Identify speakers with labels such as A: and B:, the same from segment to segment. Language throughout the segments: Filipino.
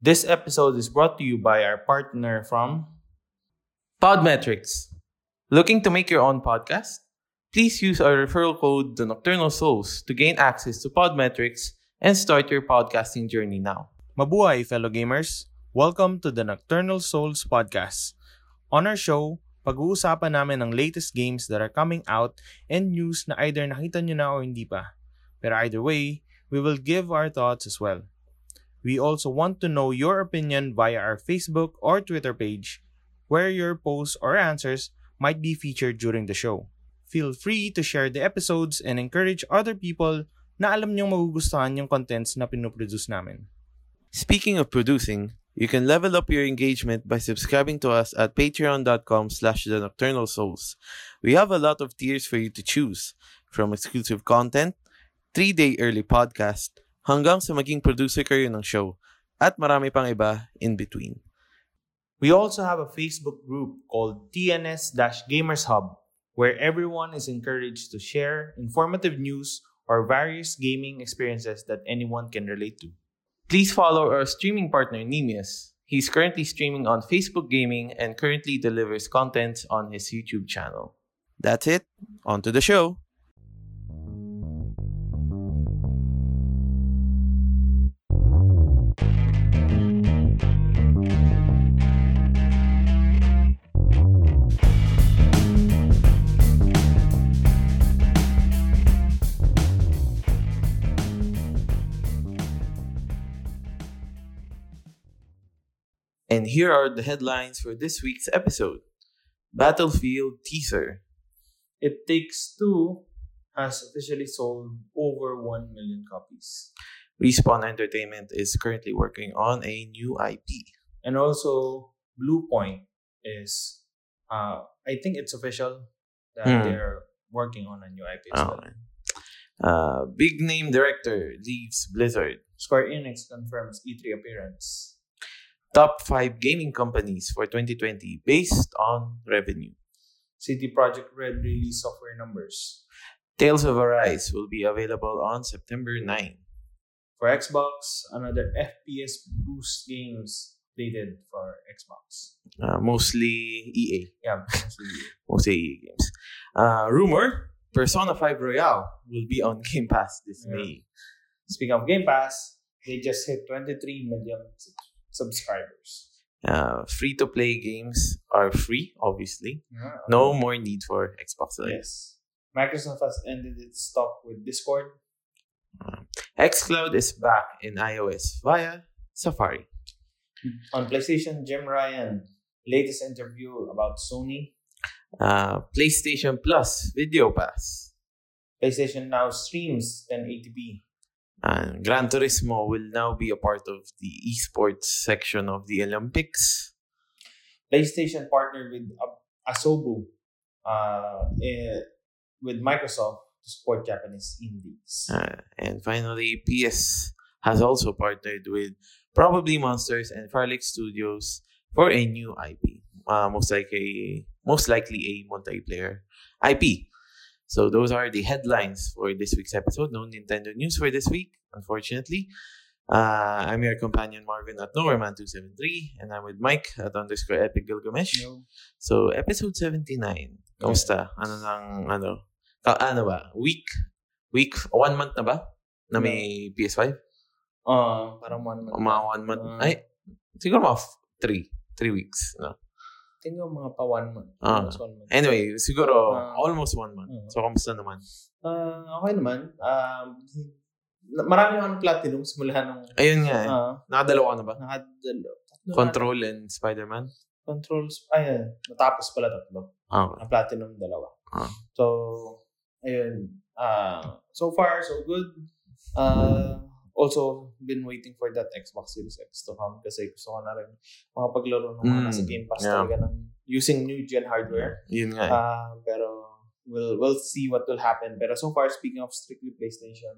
A: This episode is brought to you by our partner from
B: Podmetrics. Looking to make your own podcast? Please use our referral code, The Nocturnal Souls, to gain access to Podmetrics and start your podcasting journey now.
A: Mabuhay, fellow gamers! Welcome to the Nocturnal Souls podcast. On our show, pag-uusapan namin ang latest games that are coming out and news na either nakita nyo na o hindi pa. Pero either way, we will give our thoughts as well. We also want to know your opinion via our Facebook or Twitter page, where your posts or answers might be featured during the show. Feel free to share the episodes and encourage other people na alam niyong magugustuhan yung contents na pinoproduce namin.
B: Speaking of producing, you can level up your engagement by subscribing to us at patreon.com slash the nocturnal souls. We have a lot of tiers for you to choose, from exclusive content, 3-day early podcast, hanggang sa maging producer kayo ng show, at marami pang iba in between.
A: We also have a Facebook group called TNS Gamers Hub, where everyone is encouraged to share informative news or various gaming experiences that anyone can relate to.
B: Please follow our streaming partner Nemius. He's currently streaming on Facebook Gaming and currently delivers content on his YouTube channel. That's it. On to the show. And here are the headlines for this week's episode Battlefield teaser.
A: It Takes Two has officially sold over 1 million copies.
B: Respawn Entertainment is currently working on a new IP.
A: And also, Blue Point is, uh, I think it's official that
B: Hmm.
A: they're working on a new IP as
B: Oh,
A: well.
B: man. Uh, big name director leaves Blizzard.
A: Square Enix confirms E3 appearance.
B: Top 5 gaming companies for 2020 based on revenue.
A: City Project Red release software numbers.
B: Tales of Arise will be available on September 9.
A: For Xbox, another FPS boost games dated for Xbox.
B: Uh, mostly EA.
A: Yeah, mostly.
B: Mostly EA games. Uh, rumor Persona 5 Royale will be on Game Pass this
A: Yeah.
B: May.
A: Speaking of Game Pass, they just hit 23 million sub- subscribers.
B: Uh, free to play games are free, obviously.
A: Yeah.
B: No more need for Xbox Live.
A: Ah, Yes. Microsoft has ended its talk with Discord.
B: xCloud is back in iOS via Safari.
A: On PlayStation, Jim Ryan, latest interview about Sony.
B: Uh, PlayStation Plus Video Pass.
A: PlayStation now streams 1080p.
B: And Gran Turismo will now be a part of the esports section of the Olympics.
A: PlayStation partnered with Ab- Asobu uh, eh, with Microsoft to support Japanese indies.
B: Uh, and finally, PS has also partnered with Probably Monsters and Farlek Studios for a new IP, uh, most likely most likely a multiplayer IP. So those are the headlines for this week's episode. No Nintendo news for this week, unfortunately. Uh, I'm your companion Marvin at Norman273, and I'm with Mike at underscore Epic Gilgamesh.
A: No.
B: So, episode 79. Kamusta? Ano nang, ano? Ka, ano ba? Week? Week? One month na ba? Na may PS5?
A: Uh, parang one month.
B: O mga one month?
A: Ah.
B: Ay, siguro mga f- three. Three weeks. No?
A: Tingin ko mga pa one month.
B: Ah.
A: Almost one month.
B: Anyway, siguro
A: Ah.
B: almost one month.
A: Mm.
B: So, kamusta naman?
A: Ah, okay naman. Um, marami naman platinum simula nung
B: Ayun nga eh.
A: ah,
B: Nakadalawa ka na ba?
A: nakadalo. tatlo na-
B: Control and Spider-Man?
A: Controls. Ayun. Natapos pala tatlo.
B: Ah,
A: Ang platinum dalawa.
B: Ah.
A: So, ayun. ah so far, so good. ah also, been waiting for that Xbox Series X to come kasi gusto ko na rin makapaglaro ng mga
B: Mm,
A: nasa Game Pass
B: yeah.
A: talaga ng using new gen hardware.
B: Yun nga eh.
A: Ah, pero we'll we'll see what will happen. Pero so far, speaking of strictly PlayStation,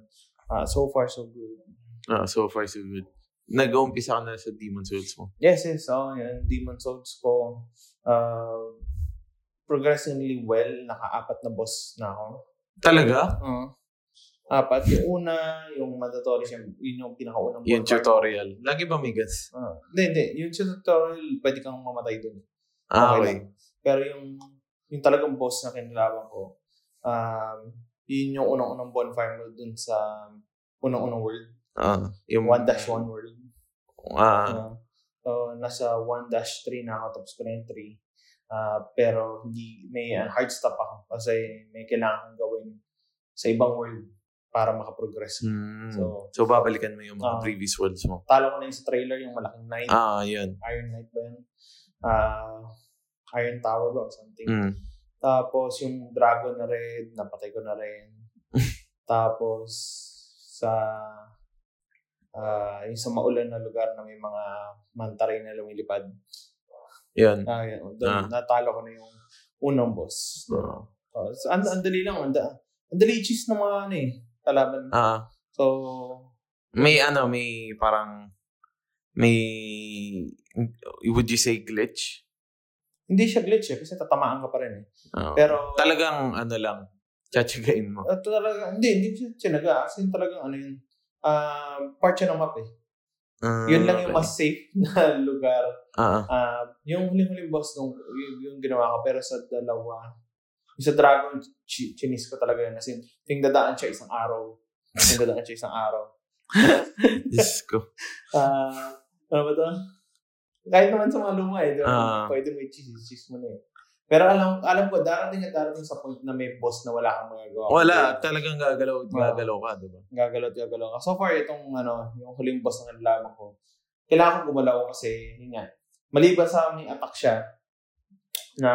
A: ah, so far so good.
B: Ah, so far, so good. Nag-umpisa ka na sa Demon Souls mo.
A: Yes, yes. Oh, yun. Demon Souls ko. ah, progressively well. Naka-apat na boss na ako.
B: Talaga?
A: Oo. Apat. Yung una, yung mandatory, siyempre, yun yung pinakaunang
B: Yung
A: ballpark.
B: tutorial. Lagi ba may gas?
A: Ah, Hindi, hindi. Yung tutorial, pwede kang mamatay dun.
B: Ah,
A: Okay
B: okay.
A: lang. Pero yung yung talagang boss na kinalaban ko, um, yun yung unang-unang bonfire mo dun sa unang-unang world.
B: Ah, yung
A: 1-1 world.
B: Ah,
A: Uh, so, nasa 1-3 na ako, tapos ko na yung 3. Uh, pero hindi, may uh, hard stop ako kasi may kailangan kong gawin sa ibang world para makaprogress.
B: mm. so,
A: Uh, So,
B: babalikan mo yung mga
A: Ah.
B: previous worlds mo.
A: talo ko na yun sa trailer, yung malaking knight,
B: Ah, yun.
A: Iron Knight ba yun? Uh, Iron Tower ba or something?
B: Mm.
A: Tapos yung dragon na rin, napatay ko na rin. Tapos sa ah yung sa maulan na lugar na may mga mantaray na lumilipad.
B: Yun.
A: Ah, yun, doon,
B: Ah.
A: natalo ko na yung unang boss.
B: So,
A: Oh, so, ang, ang dali lang, ang, da- ang dali cheese ng mga ano eh, kalaban.
B: ah,
A: So,
B: may ano, may parang, may, would you say glitch?
A: hindi siya glitch eh, kasi tatamaan ka pa rin eh.
B: Ah.
A: Pero,
B: talagang ano lang, tsatsagain mo.
A: Ah, talaga, hindi, hindi siya sinaga. As in talagang ano yun, ah part siya ng map eh. Yun lang yung mas safe na lugar
B: Ah, ah.
A: Ah, yung huling-huling boss nung yung, yung ginawa ko pero sa dalawa yung sa Dragon chi- chinis ko talaga yun kasi ting dadaan siya isang araw ting dadaan siya isang araw
B: Diyos ko.
A: Ah, ano ba to kahit naman sa mga luma eh di ba?
B: Ah.
A: pwede mo i-cheese cheese mo na eh pero alam alam ko darating at darating sa point na may boss na wala kang magagawa
B: Wala, talagang gagalaw,
A: Ah.
B: gagalaw ka, di ba?
A: gagalot gagalot so far itong ano yung huling boss na nalaman ko kailangan kong gumalaw kasi yun nga maliban sa may attack siya na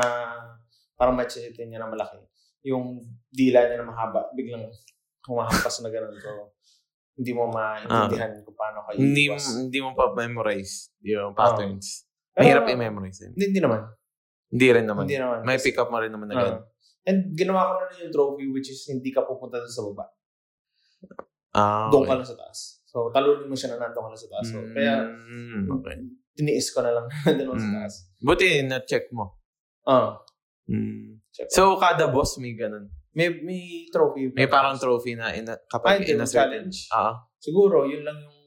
A: parang machete niya na malaki yung dila niya na mahaba biglang humahampas na ganun so hindi mo maintindihan kung paano ka
B: Ah. Hindi,
A: iiwas.
B: hindi mo pa memorize yung patterns.
A: Ah.
B: Mahirap
A: Pero,
B: i-memorize. yun.
A: hindi, hindi naman
B: Hindi rin naman.
A: hindi naman
B: May pick up mo rin naman
A: Ah.
B: agad.
A: and ginawa ko na rin yung trophy which is hindi ka pupunta doon sa baba
B: Ah,
A: doon ka
B: okay.
A: lang sa taas so talunin mo siya na nandun ka lang sa taas so, kaya
B: Mm, okay.
A: tiniis ko na lang nandun ako sa
B: Mm.
A: taas
B: Buti na-check mo.
A: ah
B: Mm.
A: Check.
B: So, kada boss may ganun.
A: May may trophy.
B: May parang trophy na ina,
A: Ay,
B: kapag
A: hindi,
B: ina
A: yung challenge.
B: Ah,
A: Siguro, yun lang yung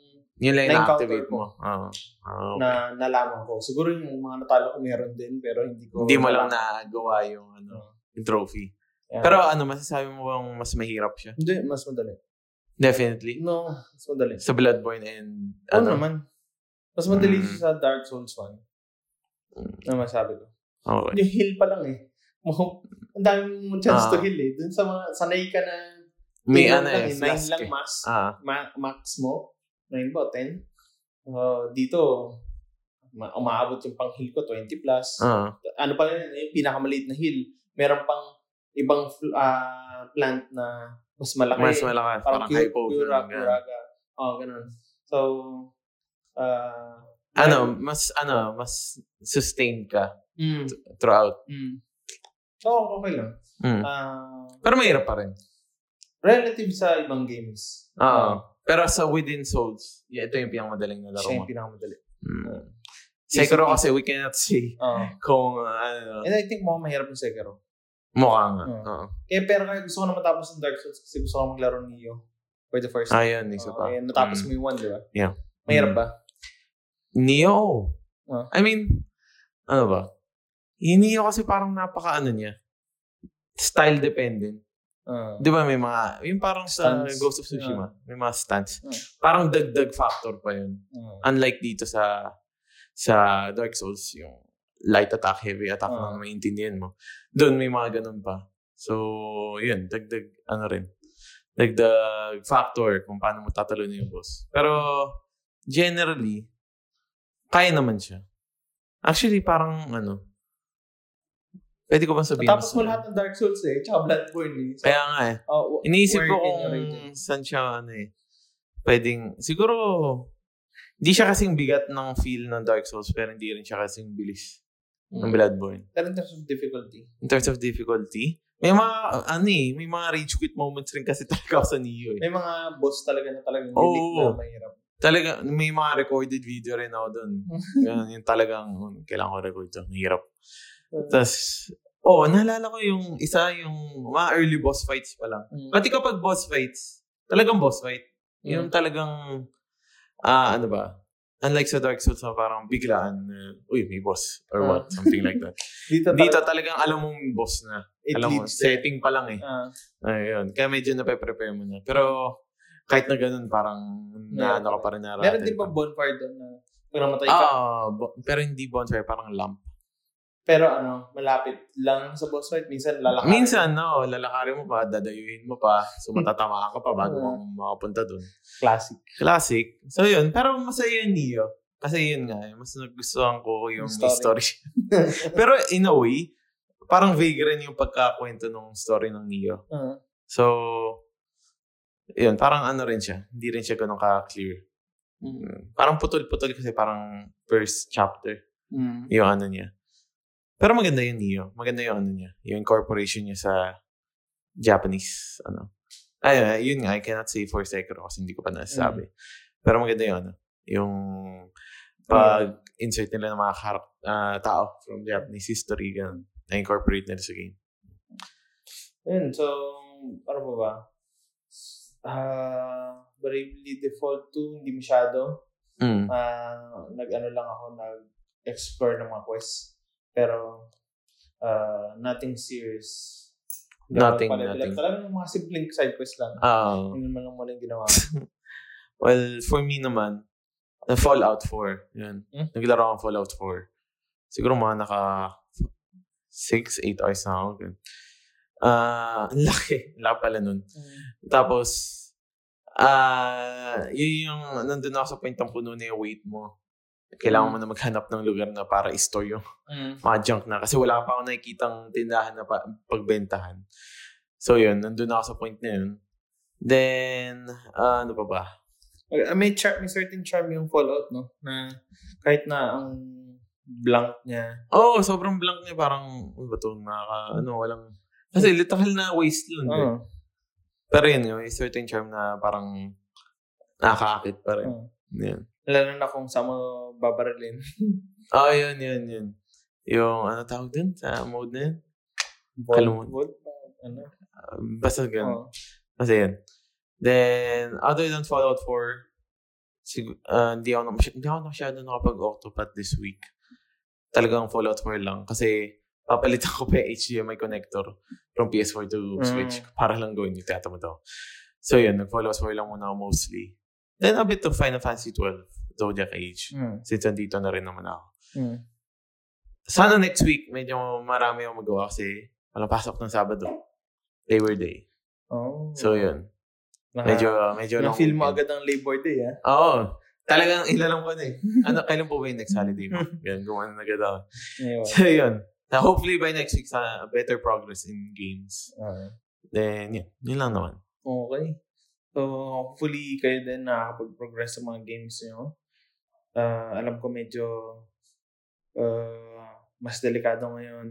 B: yun lang yung
A: Na-encounter
B: na-activate
A: ko.
B: mo. Ah, ah, okay.
A: na nalaman ko. Siguro yung mga natalo ko meron din, pero hindi ko...
B: Hindi mo lang nagawa yung ano,
A: Oo.
B: yung trophy.
A: Yeah.
B: Pero ano, masasabi mo bang mas mahirap siya?
A: Hindi, mas madali.
B: Definitely.
A: No, mas madali.
B: Sa Bloodborne and
A: Oo
B: ano?
A: naman. Mas madali
B: Mm.
A: siya sa Dark Souls 1.
B: Hmm.
A: Na masabi ko.
B: Okay.
A: Yung heal pa lang eh. Mo- Ang dami mong chance
B: Ah.
A: to heal eh. Dun sa mga sanay ka na...
B: May
A: yun
B: ano
A: lang
B: eh,
A: eh, nine
B: flask
A: lang
B: eh.
A: max.
B: Ah,
A: ma- max mo, 9 ba, 10? Uh, dito, ma- umaabot yung pang heal ko, 20 plus.
B: ah,
A: Ano pa yun, yung pinakamaliit na heal. Meron pang ibang fl- ah, plant na mas malaki.
B: mas malakas. Parang,
A: cure-
B: hypo.
A: cura-
B: ganun.
A: curaga. Oo, ganun. So, ah,
B: Ano, mas, ano, mas sustained ka
A: mm,
B: throughout.
A: mm. So, okay lang.
B: Mm.
A: Ah,
B: Pero mahirap pa rin.
A: relative sa ibang games.
B: Ah,
A: Ah,
B: Oo. Pero sa Within Souls, yeah, ito yung pinakamadaling na laro
A: siya
B: mo.
A: yung pinakamadali.
B: Mm. Sekiro kasi we cannot see
A: Oo.
B: kung uh, ano,
A: Ah, and I think mukhang mahirap yung Sekiro.
B: mukha nga.
A: Eh, Oo.
B: Oo.
A: Eh, pero kaya gusto ko na matapos ng Dark Souls kasi gusto ko na maglaro ni Neo for the first time.
B: Ayun, Ah, isa
A: Oo,
B: pa.
A: eh, natapos
B: Mm.
A: mo yung one, di ba?
B: Yeah.
A: Mahirap
B: Mm.
A: ba?
B: Neo.
A: Ah.
B: I mean, ano ba? Yung Neo kasi parang napaka ano niya. Style dependent.
A: Uh,
B: Di ba may mga, yung parang sa
A: Stunts.
B: Ghost of Tsushima, may mga stunts.
A: Ah.
B: Parang dagdag factor pa yun. Unlike dito sa sa Dark Souls, yung light attack, heavy attack
A: Ah.
B: na maintindihan mo. Doon may mga ganun pa. So, yun, dagdag, ano rin, dagdag factor kung paano mo tatalunin yung boss. Pero, generally, kaya naman siya. Actually, parang, ano, pwede ko bang sabihin?
A: natapos
B: mas-
A: mo lahat ng Dark Souls eh, tsaka Bloodborne eh. So,
B: Kaya nga eh.
A: oh, w-
B: Iniisip
A: where
B: ko
A: can you rate it?
B: kung saan siya, ano eh. Pwedeng, siguro, hindi siya kasing bigat ng feel ng Dark Souls, pero hindi rin siya kasing bilis ng
A: Mm.
B: Bloodborne.
A: Pero in terms of difficulty.
B: In terms of difficulty, may mga, ano eh, may mga rage quit moments rin kasi talaga ako sa Neo eh.
A: May mga boss talaga na talagang
B: Oo.
A: unique na mahirap.
B: Talaga, may mga recorded video rin ako doon. Ganun, yung talagang, um, kailangan ko record to. Ang Hirap. Tapos, oh, naalala ko yung isa, yung mga early boss fights pa lang.
A: Mm.
B: Pati kapag boss fights, talagang boss fight. Yung talagang, ah, ano ba? Unlike sa Dark Souls na parang biglaan, uh, uy, may boss or
A: Ah.
B: what, something like that.
A: Dito,
B: Dito talagang alam mong boss na.
A: it
B: alam mo,
A: leads there.
B: setting pa lang eh.
A: Ah,
B: Ayun. Kaya medyo nape-prepare mo na. Pero, kahit na ganun, parang na
A: Meron
B: ano ka
A: pa.
B: pa rin nararating.
A: meron din bang bonfire doon na kung namatay ka?
B: Ah, bo- pero hindi bonfire, parang lamp.
A: Pero ano, malapit lang sa boss fight. Minsan lalakad.
B: Minsan, no, lalakarin mo pa, dadayuhin mo pa, so matatamaan ka pa bago
A: Oo.
B: mo makapunta dun.
A: Classic.
B: Classic. So yun, pero masaya yun Neo. Kasi yun nga, eh, mas nagustuhan ko yung
A: Yung
B: may story.
A: story.
B: pero in a way, parang vague rin yung pagkakwento ng story ng Neo.
A: Ah.
B: So, yun, parang ano rin siya. Hindi rin siya ganun ka-clear.
A: Mm.
B: Parang putol-putol kasi parang first chapter
A: Mm.
B: yung ano niya. Pero maganda yun Neo. Maganda yung ano niya. Yung incorporation niya sa Japanese, ano. Ay, yun nga, I cannot say for Sekiro kasi hindi ko pa nasasabi. Pero maganda yung ano. Yung pag-insert nila ng mga kar- ah, tao from Japanese history, ganun. Na-incorporate nila sa game.
A: Ayun, so, ano pa ba? Ah, Bravely Default 2, hindi masyado.
B: Mm.
A: Ah, nag-ano lang ako, nag-explore ng mga quest. Pero, ah, nothing serious. Hindi ako
B: Nothing,
A: nagpalay-pilay.
B: nothing.
A: Talagang mga simpleng side quest lang.
B: Ah.
A: Yun naman ang muna yung ginawa.
B: Well, for me naman, na Fallout 4. Yun.
A: Hmm?
B: Naglaro ako ng Fallout 4. Siguro mga naka 6, 8 hours na ako. Ganun. Ah, ang laki. Ang laki pala nun. Tapos, ah, yun yung, nandun ako sa point ng puno na yung weight mo. Kailangan mo na maghanap ng lugar na para i-store yung
A: Mm.
B: mga junk na. Kasi wala pa ako nakikitang tindahan na pa, pagbentahan. So yun, nandun ako sa point na yun. Then, ah, ano pa ba?
A: Ah, May, char- may certain charm yung Fallout, no? Na kahit na ang blank niya.
B: Oo, oh, sobrang blank niya. Parang, ano ba ito? Nakaka, ano, walang... Kasi literal na wasteland eh.
A: Oo.
B: Pero yun, yung may certain charm na parang nakakaakit pa rin.
A: oo.
B: Yun.
A: Lalo na kung saan mo babarilin.
B: Oh, yun, yun, yun. Yung ano tawag dun sa mode na yun? Kalimut.
A: Wood? Ano?
B: Uh, Basta ganun.
A: Oo.
B: Basta yun. Then, other than Fallout 4, sig- ah, hindi ako, na masy- hindi ako na masyado nakapag-octopat this week. Talagang Fallout 4 lang. Kasi, papalitan ko pa yung HDMI connector from PS4 to
A: Mm.
B: Switch para lang gawin yung tatamad ako. So, yun. Nag-Fallout 4 lang muna ako mostly. Then, a bit of Final Fantasy 12, Zodiac Age.
A: Mm.
B: Since andito na rin naman ako.
A: Mm.
B: Sana next week, medyo marami akong magawa kasi walang pasok ng Sabado. Labor Day.
A: Oh.
B: So, yun.
A: Naka-
B: Medyo, medyo
A: na
B: long
A: feel
B: weekend.
A: mo agad ang Labor Day, ah.
B: Oo. Talagang ilalam ko na eh. Ano, kailan po ba yung next holiday mo? Ganun, gumawa na agad ako.
A: Anyway.
B: So, yun. Na hopefully by next week, sana better progress in games.
A: Ah.
B: Then, yun. Yun lang naman.
A: Okay. So, hopefully, kayo din nakakapag-progress sa mga games nyo. Ah, alam ko medyo ah, mas delikado ngayon.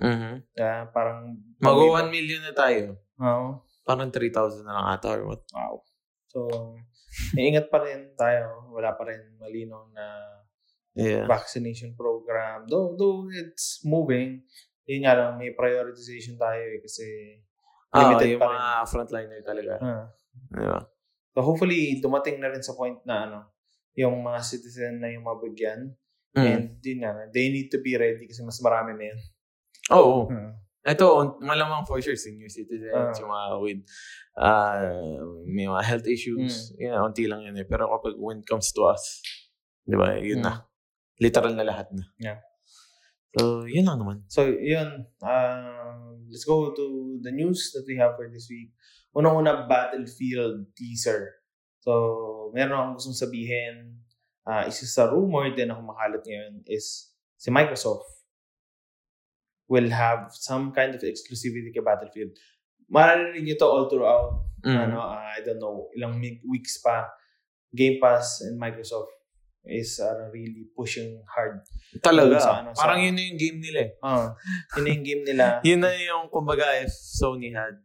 B: Mm-hmm.
A: Ah, parang...
B: Mag 1 million na tayo.
A: Oo.
B: Parang 3,000 na lang ata or what.
A: Wow. So, iingat pa rin tayo. Wala pa rin malinaw na
B: Yeah.
A: vaccination program. Though, though it's moving, yun nga lang, may prioritization tayo eh kasi
B: Ah,
A: limited
B: yung
A: pa rin.
B: mga frontliner talaga.
A: ah.
B: Di ba?
A: so hopefully, dumating na rin sa point na ano, yung mga citizen na yung mabigyan.
B: Mm.
A: And yun nga, they need to be ready kasi mas marami na yun. Hmm.
B: Oo. Oh, Ito, un- malamang for sure, senior citizens,
A: Ah.
B: yung mga with uh, may mga health issues.
A: Hmm.
B: Yun, unti lang yun eh. Pero kapag when it comes to us, di ba, yun
A: Mm.
B: na. Literal na lahat na.
A: Yeah.
B: So, yun lang naman.
A: So, yun. Um, let's go to the news that we have for this week. Unang-una, Battlefield teaser. So, meron akong gustong sabihin. Ah, isa sa rumor din na kumakalat ngayon is si Microsoft will have some kind of exclusivity kay Battlefield. Maririnig nyo to all throughout
B: Mm.
A: ano, ah, I don't know, ilang mi- weeks pa, Game Pass and Microsoft is ah, really pushing hard.
B: Talaga.
A: Sa ano, sa-
B: Parang yun na yung game nila eh.
A: Ah, yun na yung game nila.
B: Yun na yung, kumbaga, if Sony had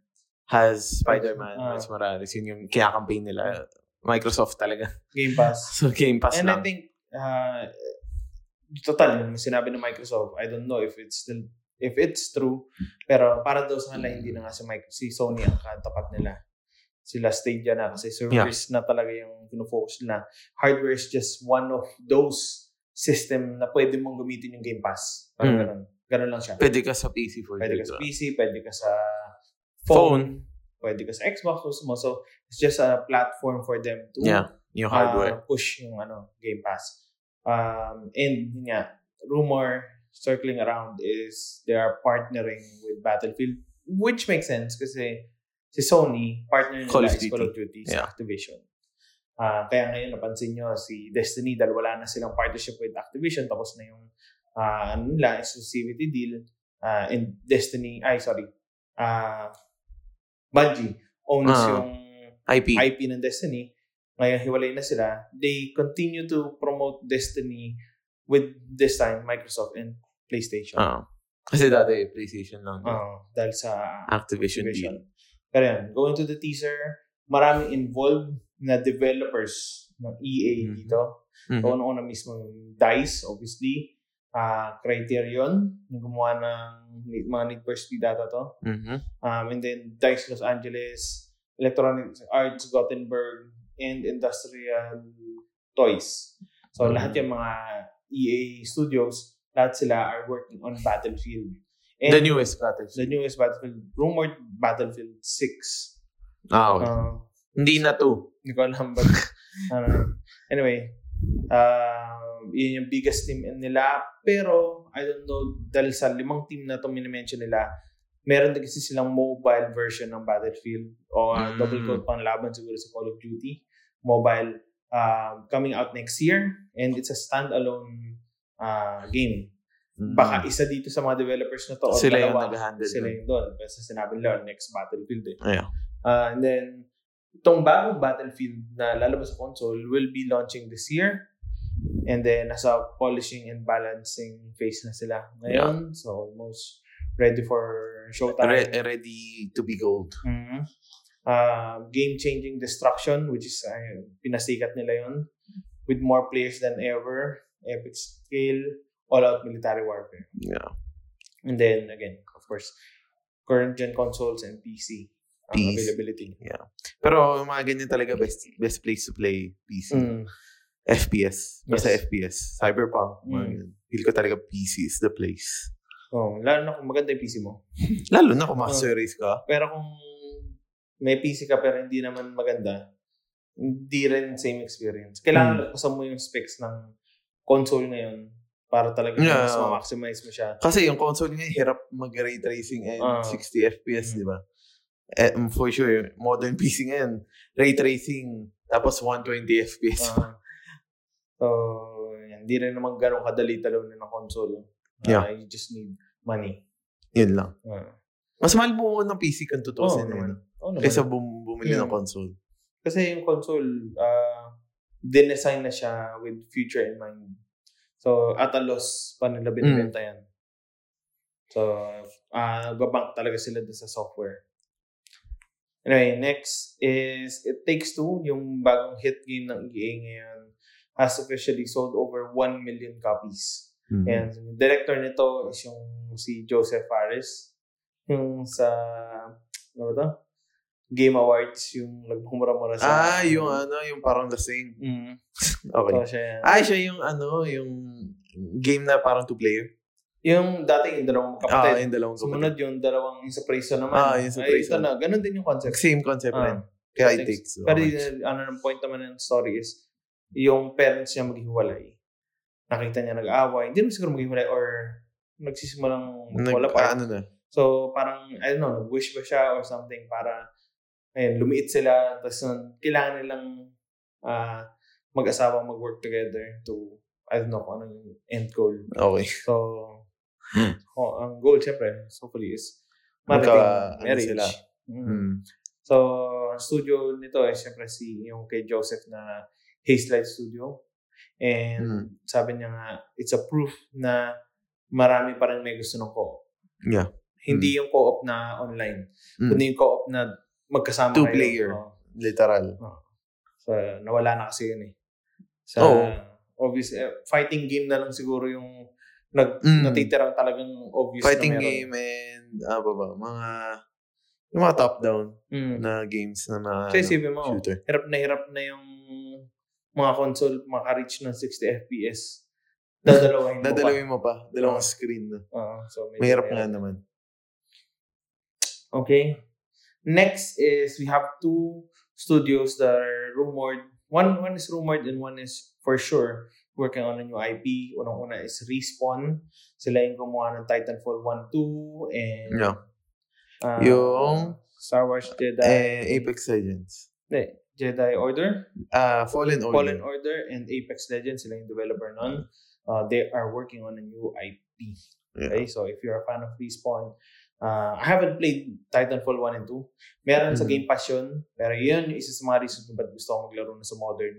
B: has Spider-Man,
A: Ah.
B: Miles Morales, yun yung kinakampaign nila. Microsoft talaga.
A: Game Pass.
B: So, Game Pass
A: And
B: lang. Mm.
A: I think, uh, total, yung sinabi ng Microsoft, I don't know if it's still, if it's true, pero para daw sa kanila, hindi na nga si, Mic- si Sony ang katapat nila. sila Stadia na kasi servers na talaga yung pinofocus na. Hardware is just one of those system na pwede mong gamitin yung Game Pass. Parang
B: Mm.
A: ganun. Ganun lang siya.
B: Pwede ka sa PC for
A: Pwede ka
B: Ultra.
A: sa PC, pwede ka sa phone,
B: Phone,
A: pwede ka sa Xbox also mo. So, it's just a platform for them to
B: Yeah, yung
A: uh,
B: hardware.
A: push yung ano, Game Pass. Um, and yun nga, rumor circling around is they are partnering with Battlefield, which makes sense kasi si Sony, partner nila
B: Call of
A: is Call of Duty sa
B: Yeah.
A: Activision. Ah, kaya ngayon, napansin nyo, si Destiny, dahil wala na silang partnership with Activision, tapos na yung ah, ano nila, exclusivity deal, ah, and Destiny, ay, sorry, ah, Bungie owns
B: Ah.
A: yung
B: IP.
A: IP ng Destiny, ngayon hiwalay na sila, they continue to promote Destiny with this time Microsoft and PlayStation.
B: Ah. kasi dati, PlayStation lang.
A: Ah, dahil sa
B: Activision, deal.
A: Activision. Pero yan, going to the teaser, maraming involved na developers ng EA
B: Mhm.
A: dito.
B: Mhm.
A: So, una-una mismo yung DICE, obviously. ah Criterion, yung gumawa ng mga Need for Speed data to.
B: Mhm.
A: Um, and then Dice Los Angeles, Electronic Arts Gothenburg, and Industrial Toys. So
B: Mhm.
A: lahat yung mga EA studios, lahat sila are working on Battlefield. And
B: The newest Battlefield.
A: the newest Battlefield, rumored Battlefield 6.
B: Ah, okay.
A: Uh,
B: Hindi na to.
A: hindi ko alam but ano. Anyway, um, yun yung biggest team in nila. Pero, I don't know, dahil sa limang team na ito minimension nila, meron din kasi silang mobile version ng Battlefield o uh,
B: Mm.
A: double code panlaban siguro sa Call of Duty. Mobile um, coming out next year and it's a standalone uh, game.
B: Hmm.
A: Baka isa dito sa mga developers na to or
B: sila yung
A: dalawa,
B: nag-handle.
A: sila
B: nun.
A: yung doon. Kasi sinabi nila, next Battlefield eh.
B: Yeah.
A: Uh, and then, itong bagong Battlefield na lalabas sa console will be launching this year. And then, nasa polishing and balancing phase na sila ngayon. So, almost ready for showtime.
B: Re- ready to be gold.
A: Mhm. Uh, game-changing destruction, which is uh, pinasikat nila yun. With more players than ever. Epic scale. All-out military warfare.
B: Yeah.
A: And then, again, of course, current-gen consoles and PC. ang
B: PC.
A: availability.
B: Pero yung mga ganyan talaga best best place to play PC.
A: Mm.
B: FPS. Basta
A: Yes.
B: FPS. Cyberpunk. mga
A: Mm.
B: ganyan. Feel ko talaga PC is the place.
A: Oh, lalo na kung maganda yung PC mo.
B: Lalo na
A: Oh.
B: kung master race ka.
A: Pero kung may PC ka pero hindi naman maganda, hindi rin same experience.
B: Hmm.
A: Kailangan lagpasan mo yung specs ng console ngayon para talaga
B: Yeah.
A: mas ma-maximize mo siya.
B: Kasi yung console niya, hirap mag-ray tracing and
A: Ah.
B: 60 FPS,
A: Mm.
B: di ba? Eh, um, for sure, modern PC ngayon, ray tracing, tapos 120 FPS.
A: Ah. so, yan. hindi rin naman ganun kadali talaga ng console. Ah,
B: Yeah.
A: you just need money.
B: Yun lang.
A: Uh,
B: Mas mahal mo ng PC kung
A: Oo
B: tutusin.
A: naman. Ano
B: Oh,
A: Oo naman.
B: Kaysa bum- bumili ng
A: Mm.
B: console.
A: Kasi yung console, ah, dinesign na siya with future in mind. So, at a loss pa nila binibenta yan. So, ah nagbabank talaga sila dun sa software. Anyway, next is It Takes Two, yung bagong hit game ng EA ngayon has officially sold over 1 million copies. And
B: Mm-hmm.
A: yung director nito is yung si Joseph Fares. Yung sa, ano ba to? Game Awards, yung nagmumura-mura sa...
B: Ah, yung ano, yung parang lasing.
A: Mm,
B: Okay.
A: so siya yan.
B: Ah, siya yung ano, yung game na parang two-player.
A: Yung dati yung dalawang
B: Ah,
A: kapatid.
B: yung dalawang
A: Sumunod
B: kapatid.
A: yung dalawang yung sa Preso naman.
B: Ah, yung sa
A: Ay,
B: Preso.
A: ito na, ganun din yung concept.
B: Same concept rin.
A: Ah,
B: Kaya
A: so
B: it
A: takes-
B: takes.
A: Pero
B: okay.
A: yung, ano ng point naman ng story is, yung parents niya maghiwalay. Nakita niya nag-aaway. Hindi naman siguro maghiwalay or nagsisimulang
B: Nag,
A: wala
B: ah,
A: pa.
B: ano na.
A: So, parang, I don't know, nag-wish ba siya or something para, ayun, lumiit sila. Tapos, nun, kailangan nilang ah, mag-asawa, mag-work together to, I don't know kung ano yung end goal.
B: Okay.
A: So, oh, ang goal, syempre, hopefully, is
B: Magka-
A: marating
B: ano
A: marriage.
B: sila.
A: Mm.
B: Hmm.
A: So, ang studio nito ay syempre si yung kay Joseph na Haze Light Studio. And
B: Hmm.
A: sabi niya nga, it's a proof na marami pa rin may gusto ng co-op.
B: Yeah.
A: Hindi yung co-op na online.
B: Hmm.
A: Kundi yung co-op na magkasama kayo. Oh.
B: Two-player.
A: Oo.
B: Literal.
A: So, nawala na kasi yun eh. Sa,
B: Oo.
A: obvious, eh, fighting game na lang siguro yung nag,
B: Mm.
A: natitirang talagang obvious
B: Fighting
A: na meron.
B: game and, ah, ba ba, mga, Yung mga top-down
A: Mm.
B: na games na mga
A: Kasi isipin mo,
B: ano, shooter.
A: hirap na hirap na yung mga console maka-reach ng 60 FPS. Dadalawahin mo pa.
B: Dadalawin mo pa. Dalawang screen na.
A: Oo, so medyo
B: Mahirap nga naman.
A: Okay. Next is we have two studios that are rumored. One one is rumored and one is for sure working on a new IP. Unang-una is Respawn. Sila yung gumawa ng Titanfall 1, 2, and
B: Yeah.
A: uh,
B: Yung-
A: Star Wars Jedi,
B: Eh, Apex Legends.
A: eh, Jedi Order,
B: Ah, Fallen Order.
A: Fallen Order, and Apex Legends. Sila yung developer nun. Uh, they are working on a new IP.
B: Yeah.
A: Okay, so if you're a fan of Respawn, uh, I haven't played Titanfall 1 and 2. Meron sa
B: Mhm.
A: Game Pass yun, pero yun yung isa sa mga reason kung ba't gusto ko maglaro na sa modern.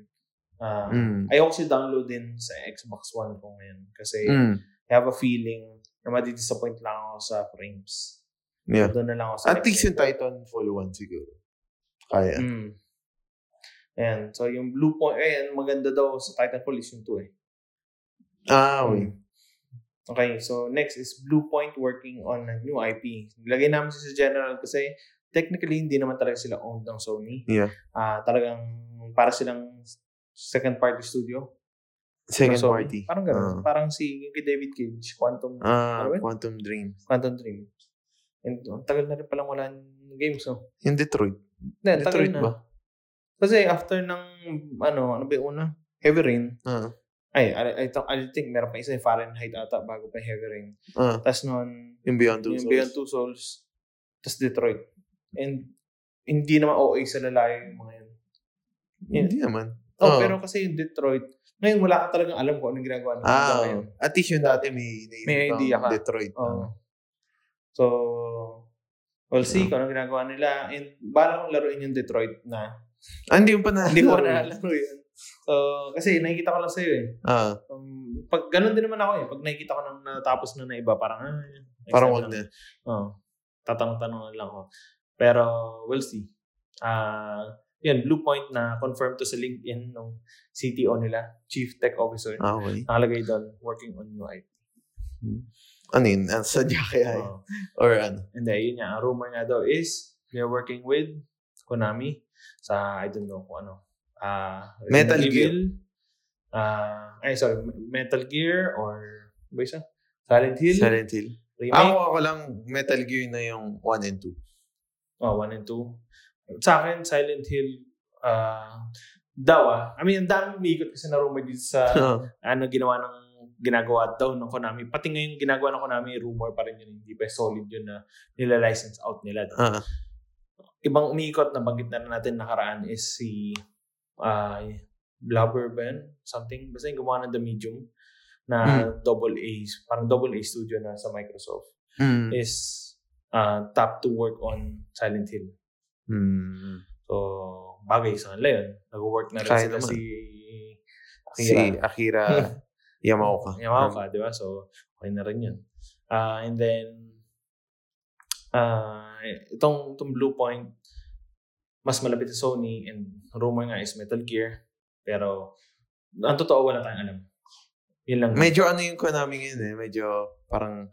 A: Uh,
B: Mm.
A: Ayaw kasi download din sa Xbox One ko ngayon kasi
B: Mm.
A: I have a feeling na madidisappoint lang ako sa frames.
B: Yeah.
A: Doon na lang ako sa
B: At least yung
A: Xbox.
B: Titanfall 1 siguro. Kaya.
A: Mm. Ayan, so yung blue point, ayan, maganda daw sa Titanfall is yung 2 eh.
B: Ah, wait.
A: Hmm. Okay, so next is Blue Point working on a new IP. Nilagay namin siya sa general kasi technically hindi naman talaga sila owned ng Sony.
B: Yeah.
A: Ah, talagang para silang second party studio.
B: Second
A: So,
B: party.
A: Parang ganun. parang si yung kay David Cage, Quantum
B: Ah,
A: Ano ba?
B: Quantum Dream.
A: Quantum Dream. And ang tagal na rin palang wala ng games, no?
B: Yung Detroit.
A: Hindi, ang tagal
B: Detroit
A: na.
B: ba?
A: Kasi after ng, ano, ano ba yung una? Heavy Rain.
B: Ah.
A: Ay, I, I, th- I think meron pa isa yung Fahrenheit ata bago pa Heavy Rain.
B: Ah,
A: Tapos noon,
B: yung Beyond Two
A: yung
B: Souls.
A: Beyond Two Souls, tapos Detroit. And hindi naman OA sa lalayo yung mga yun.
B: Hindi naman.
A: Oh,
B: Oo.
A: pero kasi yung Detroit, ngayon wala ka talagang alam kung anong ginagawa ng
B: Ah,
A: ngayon.
B: at least yung dati may naisip
A: May
B: kang
A: idea ka.
B: Detroit.
A: Oo. So, we'll see kung anong ginagawa nila. And bala kong laruin yung Detroit na.
B: Ah, hindi yung pa na.
A: Hindi ko na laro yun. So, kasi nakikita ko lang sa'yo eh.
B: Ah,
A: Um, pag ganun din naman ako eh. Pag nakikita ko nang natapos na na iba, parang ah, next
B: parang
A: time
B: wag na.
A: Oo. Tatanong-tanong lang ako. Pero, we'll see. Ah, yan, Blue Point na confirm to sa LinkedIn ng CTO nila, Chief Tech Officer.
B: Ah, okay.
A: Nakalagay doon, working on new IP.
B: Ano yun? Ah, sadya kaya yun?
A: Oo.
B: Or ano?
A: and then, yun nga, ang rumor nga daw is, they're working with Konami sa, I don't know kung ano, ah,
B: Metal
A: Resident
B: Gear.
A: Evil. Ah, ay, sorry, Metal Gear or, ba isa? Silent Hill?
B: Silent Hill.
A: Remake?
B: Ako, ako lang, Metal Gear na yung 1 and 2.
A: Oh, one and two. Sa akin, Silent Hill, ah, daw ah. I mean, ang daming umiikot kasi na rumor dito sa ano ginawa ng ginagawa daw ng Konami. Pati ngayon ginagawa ng Konami, rumor pa rin yun. Hindi pa solid yun na nila-license out nila.
B: ah,
A: Ibang umiikot na banggit na rin natin nakaraan is si ah, Blubber ba yun? Something. Basta yung gumawa ng The Medium na double A, parang double A studio na sa Microsoft
B: mm,
A: is ah, top to work on Silent Hill.
B: mm,
A: So, bagay sa kanila yun. Nag-work na rin
B: Kaya
A: sila
B: naman.
A: si
B: si
A: Akira.
B: Akira Yamaoka.
A: Yamaoka, di ba? So, okay na rin yun. Ah, and then, ah, itong, itong Blue Point, mas malapit sa Sony and rumor nga is Metal Gear. Pero, ang totoo, wala tayong alam. Yun lang.
B: Medyo ano yung Konami ngayon eh. Medyo parang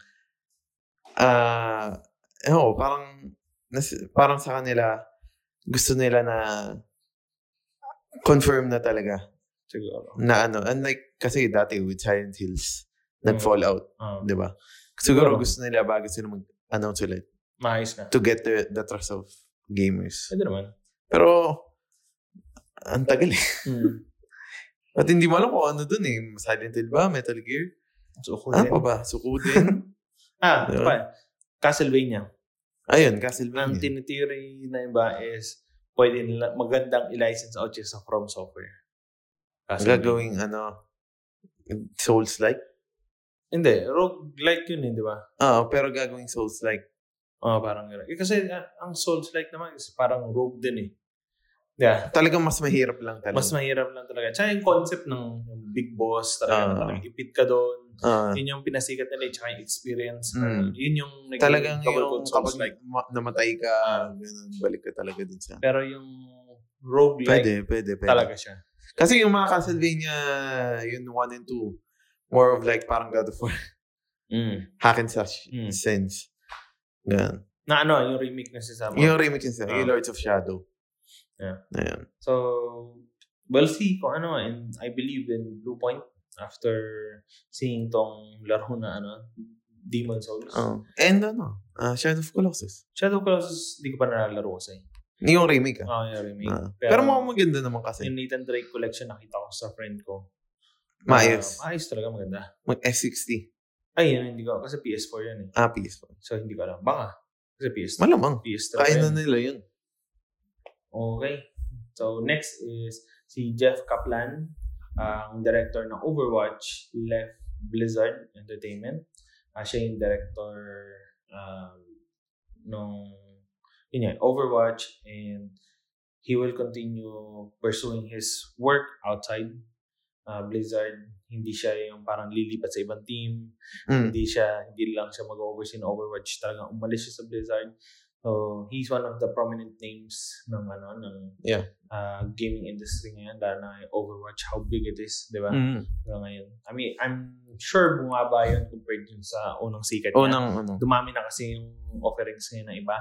B: ah eh oh, parang nas- parang sa kanila gusto nila na confirm na talaga
A: siguro.
B: na ano unlike kasi dati with Silent Hills
A: Mm.
B: nag-fallout,
A: Ah,
B: 'di ba? Siguro
A: Siguro.
B: gusto nila bago sila mag-announce ulit
A: maayos na.
B: to get the, the trust of gamers.
A: Pwede naman.
B: Pero ang tagal eh.
A: Hmm.
B: At hindi mo alam kung ano dun eh. Silent Hill ba? Metal Gear?
A: So, cool
B: Ano
A: din.
B: pa ba? Sukudin?
A: Ah,
B: Di
A: ito
B: ba?
A: pa. Castlevania.
B: Ayun,
A: ang
B: Castlevania.
A: tinitiri na iba is pwede nila, magandang i-license out siya sa From Software. Kasi,
B: gagawing ano, Souls-like.
A: Hindi, roguelike yun eh, di ba?
B: Ah, pero gagawing Souls-like.
A: Oo, parang gano'n. Eh, kasi ah, ang Souls-like naman is parang rogue din eh. Yeah.
B: Talagang mas mahirap lang talaga.
A: Mas mahirap lang talaga. Tsaka yung concept ng yung big boss, talaga,
B: Ah.
A: talagang ipit ka doon.
B: Ah,
A: Yun yung pinasikat nila, eh, tsaka yung experience.
B: Mm.
A: Yun yung naging
B: talagang
A: double
B: yung
A: code
B: kapag
A: Souls-like.
B: ma- namatay ka, ganun, balik ka talaga dun sa...
A: Pero yung roguelike
B: Pwede, pwede, pwede.
A: talaga siya.
B: Kasi yung mga Castlevania, yun 1 and 2, Mm. more of like parang God of War, hack and slash
A: Mm.
B: sense. Ganun.
A: Na ano, yung remake na sasama.
B: Yung remake niya, yung
A: Ah.
B: Lords of Shadow.
A: Yeah.
B: Ayun.
A: So, we'll see kung ano. And I believe in Blue Point after seeing tong laro na ano, Demon Souls.
B: Oh. And ano, ah, Shadow of Colossus.
A: Shadow Colossus, di ko pa nalalaro kasi.
B: Yung remake ah.
A: Ah, yung remake.
B: Ah. Pero mukhang maganda naman kasi.
A: Yung Nathan Drake collection nakita ko sa friend ko.
B: Maayos.
A: Ah, maayos talaga, maganda.
B: Mag F60.
A: Ay, yun, hindi ko. Kasi PS4 yun eh.
B: Ah, PS4.
A: So, hindi ko alam. Baka. Kasi PS3.
B: Malamang.
A: PS3.
B: Hmm. Kaya eh. na
A: yun.
B: nila yun.
A: Okay. So, next is si Jeff Kaplan, ang director ng Overwatch, left Blizzard Entertainment. Ah, siya yung director um, nung yun yan, Overwatch and he will continue pursuing his work outside ah, Blizzard. Hindi siya yung parang lilipat sa ibang team.
B: Mm.
A: hindi siya hindi lang siya mag-oversee ng Overwatch talaga umalis siya sa Blizzard so he's one of the prominent names ng ano ng
B: Yeah.
A: uh, gaming industry ngayon dahil na yung Overwatch how big it is di ba
B: Mm.
A: Hanggang ngayon I mean I'm sure bumaba yun compared dun sa unang sikat
B: O
A: niya.
B: nang ano.
A: dumami na kasi yung offerings ngayon ng iba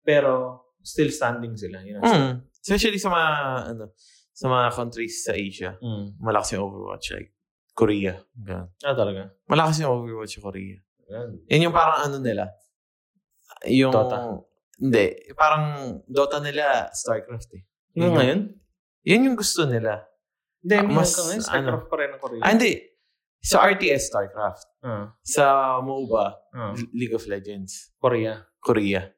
A: pero still standing sila yun ang-
B: Mm. Especially sa mga, ano, sa mga countries sa Asia.
A: Mm.
B: Malakas yung Overwatch. Like, Korea. Ganun.
A: ah talaga
B: Malakas yung Overwatch sa Korea.
A: Yan.
B: Yan yung parang ano nila. Yung...
A: Dota.
B: Hindi. Parang Dota nila, StarCraft eh.
A: Hanggang ngayon
B: Yan yung gusto nila.
A: hindi
B: Ah,
A: may
B: mas,
A: hanggang ngayon StarCraft pa rin ang Korea
B: Ah, hindi. Sa RTS, StarCraft.
A: ah,
B: Sa MOBA,
A: ah,
B: League of Legends,
A: Korea
B: Korea.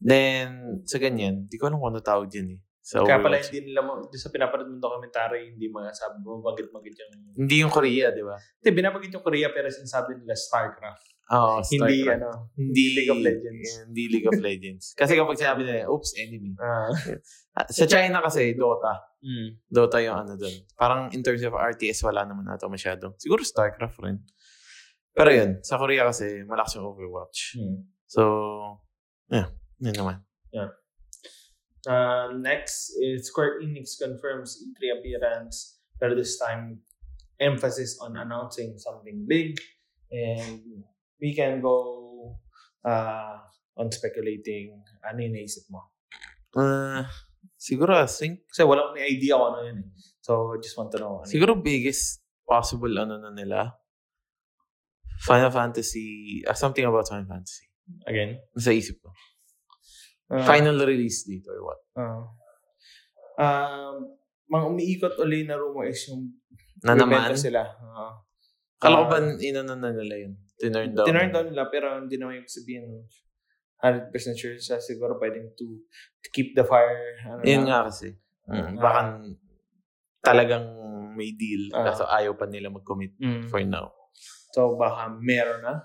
B: Then, sa ganyan, di ko alam kung ano tawag yun eh. Sa
A: Kaya pala
B: Overwatch.
A: hindi nila, mo, doon sa pinapanood mong documentary, hindi masabi mo, bagit-bagit yung...
B: Hindi yung Korea, di ba?
A: Hindi, binabagit yung Korea pero sinasabi nila StarCraft.
B: Oo,
A: Hindi,
B: StarCraft.
A: ano,
B: hindi
A: League of Legends.
B: Hindi League of Legends. kasi kapag sinabi nila, oops, enemy.
A: ah,
B: Ah, Sa China kasi, Dota.
A: mm,
B: Dota yung ano dun. Parang in terms of RTS, wala naman nato masyado. Siguro StarCraft rin. Pero yun, sa Korea kasi, malakas yung Overwatch.
A: mm.
B: So, yeah, yun naman.
A: Uh, next is Square Enix confirms E3 appearance, pero this time emphasis on announcing something big, and we can go uh, on speculating ano yung naisip mo.
B: Ah, siguro, I think,
A: Kasi wala akong idea kung ano yun. eh. So, just want to know. Ano yun.
B: siguro biggest possible ano na nila, Final Fantasy, ah, something about Final Fantasy.
A: Again.
B: Nasa isip ko.
A: Uh,
B: Final release date or what?
A: Oo. Um, mga umiikot uli na rumor is yung
B: Na naman,
A: ibenta sila. Oo. Ah,
B: kala ko ba inano na nila yun? Tinurn down.
A: Tinurn down nila pero hindi naman yung sabihin 100% sure siya siguro pwedeng to, to keep the fire. Ano
B: Yun
A: na. Ah.
B: nga kasi. Mm, baka talagang may deal
A: Ah.
B: kaso ayaw pa nila mag-commit
A: Mm.
B: for now.
A: So baka meron na.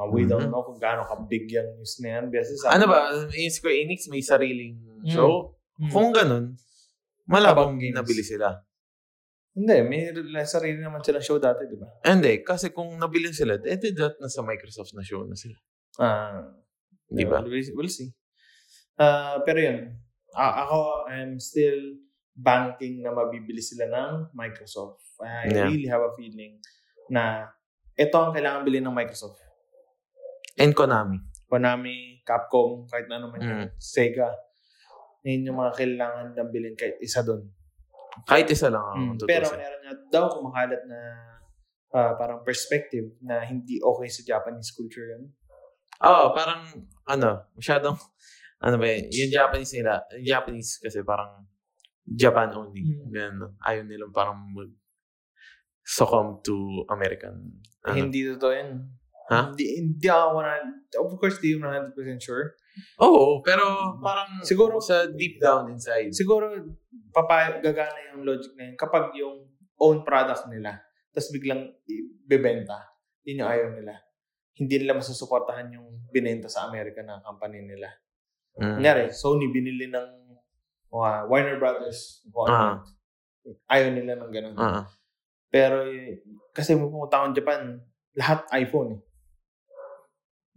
A: Uh, we
B: Mhm.
A: don't know kung gaano kabig yung news na yan. Kasi sabi-
B: Ano ba? Yung Square Enix may sariling
A: Mm.
B: show.
A: Mm.
B: Kung ganun, malabang
A: About games.
B: nabili sila.
A: Hindi, may rela- sarili naman silang show dati, di ba?
B: Hindi, kasi kung nabili sila, edi dot na sa Microsoft na show na sila.
A: Ah,
B: Di ba?
A: We'll, we'll see. Ah, pero yun, a- ako, I'm still banking na mabibili sila ng Microsoft. I
B: Yeah.
A: really have a feeling na ito ang kailangan bilhin ng Microsoft.
B: And Konami.
A: Konami, Capcom, kahit na naman yun,
B: Mm.
A: Sega. Yun yung mga kailangan na bilhin kahit isa doon.
B: Kahit isa lang ako.
A: Mm,
B: kung
A: Pero
B: tutusin.
A: meron nga daw kumakalat na ah, parang perspective na hindi okay sa Japanese culture yun.
B: Oo, parang ano, masyadong, ano ba yun, yung Japanese nila, yung Japanese kasi parang Japan only.
A: Mm.
B: Ganun. Ayaw nilang parang mag succumb to American. ano.
A: Hindi totoo yan.
B: Ha?
A: Hindi, hindi ako 100, of course, di yung 100% sure.
B: Oo, pero Ah, parang
A: Hmm. Siguro-
B: sa deep down inside.
A: siguro papay gagana yung logic na yun kapag yung own product nila tapos biglang bebenta yun yung ayaw nila hindi nila masusuportahan yung binenta sa Amerika na company nila.
B: Mm.
A: Kunyari, Sony binili ng uh, Warner Brothers. kung ano.
B: Ah.
A: Ayaw nila ng ganun.
B: Ah.
A: Pero eh, kasi mo pumunta akong Japan, lahat iPhone eh.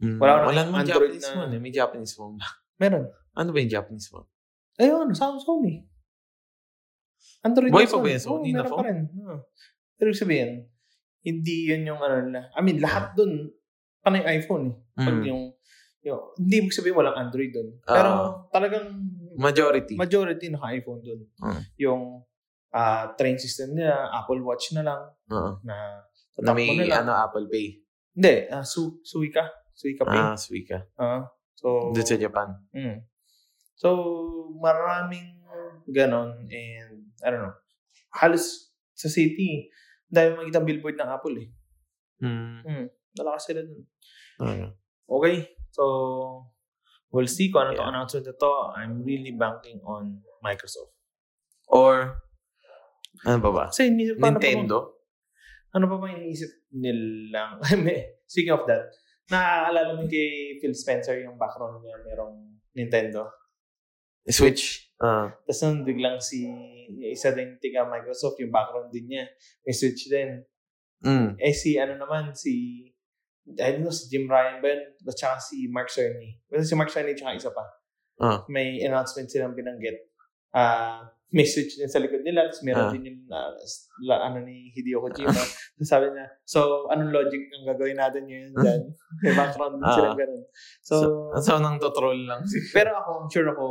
B: Mm.
A: Wala
B: Wala,
A: ko
B: naman
A: Android
B: Japanese
A: na-
B: phone. eh. May Japanese phone. ba?
A: Meron.
B: Ano ba yung Japanese phone?
A: Ayun, Samsung eh. Android
B: Buhay
A: na
B: pa ba yung
A: Oo,
B: Sony na
A: meron
B: phone?
A: pa rin. Oo. Pero ibig sabihin,
B: Hmm.
A: hindi yun yung ano nila. I mean, lahat dun, panay iPhone eh. Pag
B: Mm.
A: yung, Yo, hindi ibig sabihin walang Android doon.
B: Ah. Hmm.
A: Pero talagang
B: Majority.
A: majority naka-iPhone doon.
B: Ah.
A: Yung ah, train system nila, Apple Watch na lang
B: Oo.
A: na
B: na may
A: tatakbo na lang.
B: ano, Apple Pay.
A: Hindi, ah, su Suica. Suica Pay.
B: Ah, Suica.
A: Ah, so,
B: Doon sa Japan.
A: mm. so, maraming ganon and I don't know. Halos sa city, dahil makikita ang billboard ng Apple eh.
B: Hmm.
A: Malakas sila dun.
B: Ano?
A: Okay, so we'll see kung ano to
B: Yeah.
A: announcement na to. I'm really banking on Microsoft.
B: Or, ano ba ba?
A: Kasi iniisip paano pa ba-
B: Nintendo?
A: ano pa ba iniisip nilang? May- Speaking of that, naaalala mo kay Phil Spencer yung background niya merong Nintendo.
B: Switch? Ah.
A: Tapos nung biglang si yung isa din tiga Microsoft, yung background din niya. May Switch din.
B: Mm.
A: Eh si ano naman, si I don't know, si Jim Ryan ba yun? At saka si Mark Cerny. Basta si Mark Cerny tsaka isa pa.
B: Ah.
A: May announcement silang binanggit. Ah, may switch din sa likod nila. Tapos meron
B: Ah.
A: din yung ah, s- la, ano ni Hideo Kojima. Tapos sabi niya, so anong logic ang gagawin natin ngayon dyan? may background din
B: Ah.
A: silang ganun. So,
B: So, nang to-troll lang.
A: pero ako, sure ako,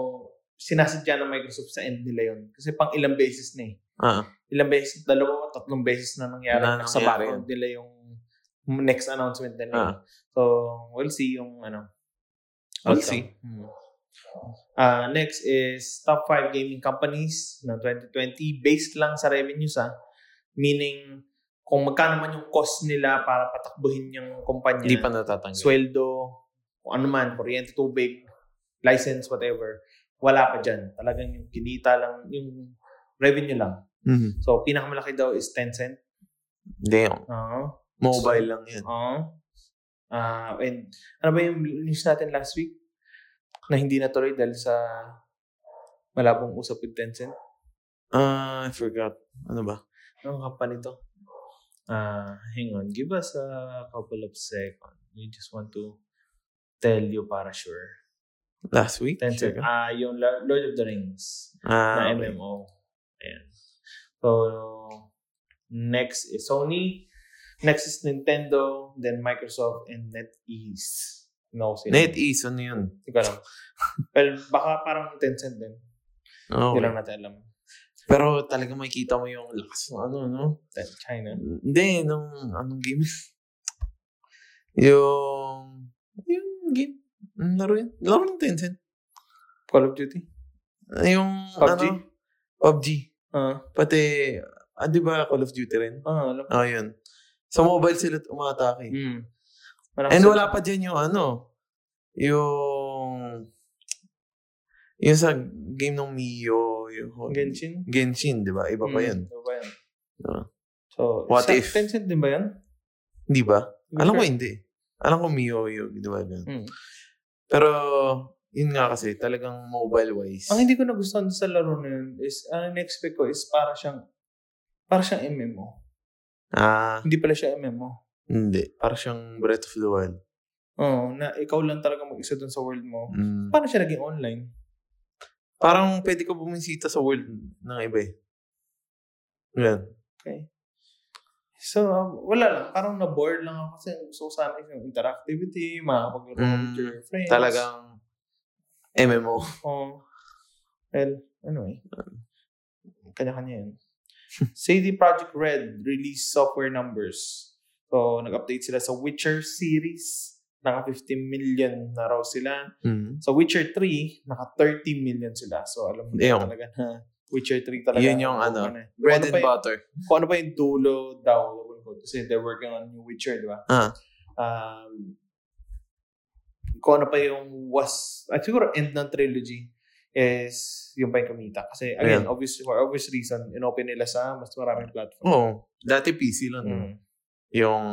A: sinasadya ng Microsoft sa end nila yun. Kasi pang ilang beses na eh.
B: Ah.
A: Ilang beses, dalawa o tatlong beses na nangyari
B: Na
A: sa
B: nangyari
A: background nila yung next announcement nila.
B: Ah.
A: So, we'll see yung ano.
B: We'll
A: outcome.
B: see.
A: Hmm. Ah, next is top 5 gaming companies ng 2020 based lang sa revenues ah. Meaning, kung magkano man yung cost nila para patakbuhin yung kumpanya
B: Hindi pa natatanggal.
A: sweldo, kung ano man, kuryente, tubig, license, whatever, wala pa dyan. Talagang yung kinita lang, yung revenue lang.
B: Mhm.
A: So, pinakamalaki daw is Tencent.
B: Hindi.
A: Oo.
B: Mobile lang yan.
A: Oo. Uh-huh. Ah, and ano ba yung news natin last week? Na hindi natuloy dahil sa malabong usap with Tencent.
B: Ah, I forgot. Ano ba?
A: Anong company to? Ah, hang on. Give us a couple of seconds. We just want to tell you para sure.
B: Last week?
A: Tencent.
B: Forgot.
A: Ah, yung Lo- Lord of the Rings
B: Ah,
A: na
B: okay.
A: MMO. Ayan. So, next is Sony. Next is Nintendo. Then Microsoft and NetEase. No, sino?
B: NetEase, ano yun?
A: Hindi ko alam. well, baka parang Tencent din. Hindi
B: Okay.
A: lang natin alam.
B: Pero talaga makikita mo yung lakas ng ano, no?
A: Then China.
B: Hindi, nung anong game? yung, yung game, laro yun. Laro ng Tencent.
A: Call of Duty?
B: Yung,
A: PUBG?
B: ano? PUBG.
A: Ah,
B: Pati, ah, di ba Call of Duty rin?
A: ah, alam.
B: Ah, yun. Sa mobile sila umatake.
A: Mm. Malakas
B: And
A: yun.
B: wala pa dyan yung ano, yung, yung sa game ng Mio, yung
A: Genshin?
B: Genshin, di ba? Iba pa
A: Mm,
B: yun.
A: Iba pa yun.
B: Ah.
A: So,
B: What
A: sa-
B: if?
A: Tencent din ba yan?
B: Di ba? Alam ko hindi. Alam ko Mio yung di ba? ganun.
A: Mm.
B: Pero, yun nga kasi, talagang mobile-wise.
A: Ang Ah, hindi ko nagustuhan sa laro na yun is, ang in-expect ko is para siyang, para siyang MMO.
B: Ah,
A: Hindi pala siya MMO.
B: hindi. Parang siyang Breath of the Wild.
A: Oo, na ikaw lang talaga mag-isa dun sa world mo.
B: Mm.
A: Paano siya naging online?
B: Parang pwede ka bumisita sa world ng iba eh. Yan.
A: Okay. So, um, wala lang. Parang na-bored lang ako kasi gusto ko sana yung interactivity, makapaglaro
B: Mm,
A: with your friends.
B: Talagang MMO.
A: Oo. Well, anyway. Kanya-kanya yun. CD Projekt Red release software numbers. So, nag-update sila sa Witcher series. Naka 50 million na raw sila.
B: Mm.
A: Sa Witcher 3, naka 30 million sila. So, alam mo
B: Ayun.
A: na talaga na Witcher 3 talaga.
B: Yun yung ano,
A: eh. Kung
B: Bread
A: ano
B: and
A: pa yun-
B: butter.
A: Kung ano ba yung dulo daw. Kasi they're working on new Witcher, di ba?
B: Ah.
A: um, kung ano pa yung was, at siguro end ng trilogy is yung pa yung kumita. Kasi again, obvious, for obvious reason, inopen nila sa mas maraming platform.
B: Oo. Dati PC lang. no?
A: Mm.
B: Yung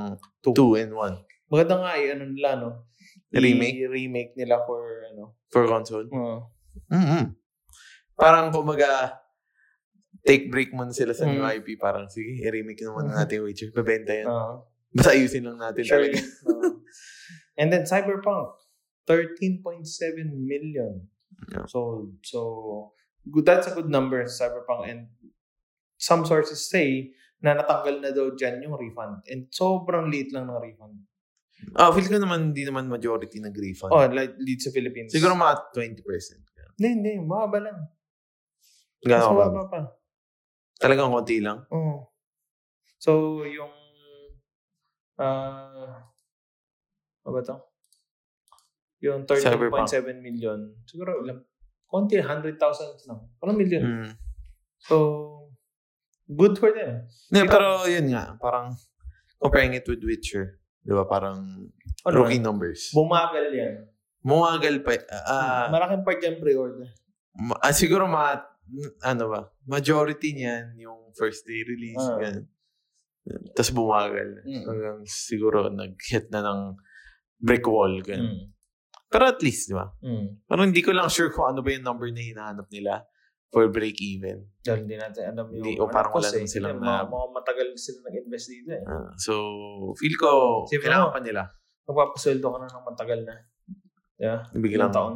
A: Two.
B: 2 in 1
A: Maganda nga eh, ano nila, no?
B: Remake?
A: remake nila for, ano,
B: for console.
A: uh,
B: mm Parang kumaga, take break muna sila sa new
A: Mm.
B: IP. Parang, sige, i-remake na muna natin yung Witcher. Babenta yan.
A: uh,
B: Basta ayusin lang natin
A: sure.
B: talaga.
A: uh, and then Cyberpunk, 13.7 million.
B: Yeah.
A: So, so good, that's a good number, Cyberpunk. And some sources say na natanggal na daw dyan yung refund. And sobrang liit lang ng refund.
B: Ah, feel ko naman hindi naman majority nag-refund.
A: Oh, like lead sa Philippines.
B: Siguro mga 20%.
A: Hindi, hindi. Mahaba lang. Mas
B: Gano'n ba?
A: mahaba pa.
B: Talagang konti lang.
A: Oo. So, yung... ah ano ba to? Yung 13.7
B: Cyberpunk.
A: million. Siguro, ilang, konti, 100,000 lang. Walang million.
B: Mm.
A: So, good for them.
B: Yeah,
A: Ikaw-
B: pero yun nga, parang comparing it with Witcher, di ba? Parang
A: Ano,
B: rookie numbers.
A: Bumagal yan.
B: Muwagal pa. ah,
A: Malaking part yan pre-order.
B: ma- ah, siguro ma, ano ba, majority niyan yung first day release.
A: Ah.
B: ganun. Tapos bumagal.
A: Mm.
B: Hanggang siguro nag-hit na ng brick wall.
A: Hmm.
B: Ganun. Pero at least, di ba?
A: Mm.
B: Parang hindi ko lang sure kung ano ba yung number na hinahanap nila for break even.
A: Dahil hindi natin alam yung...
B: Hindi, o parang
A: ano,
B: wala
A: kasi,
B: naman silang
A: hindi, mga-
B: na-
A: mga matagal sila nag-invest dito eh.
B: Ah, so, feel ko,
A: Sige,
B: kailangan
A: ano?
B: pa nila.
A: Magpapasweldo ka na ng matagal na. Yeah.
B: Biglang,
A: Ilang taon.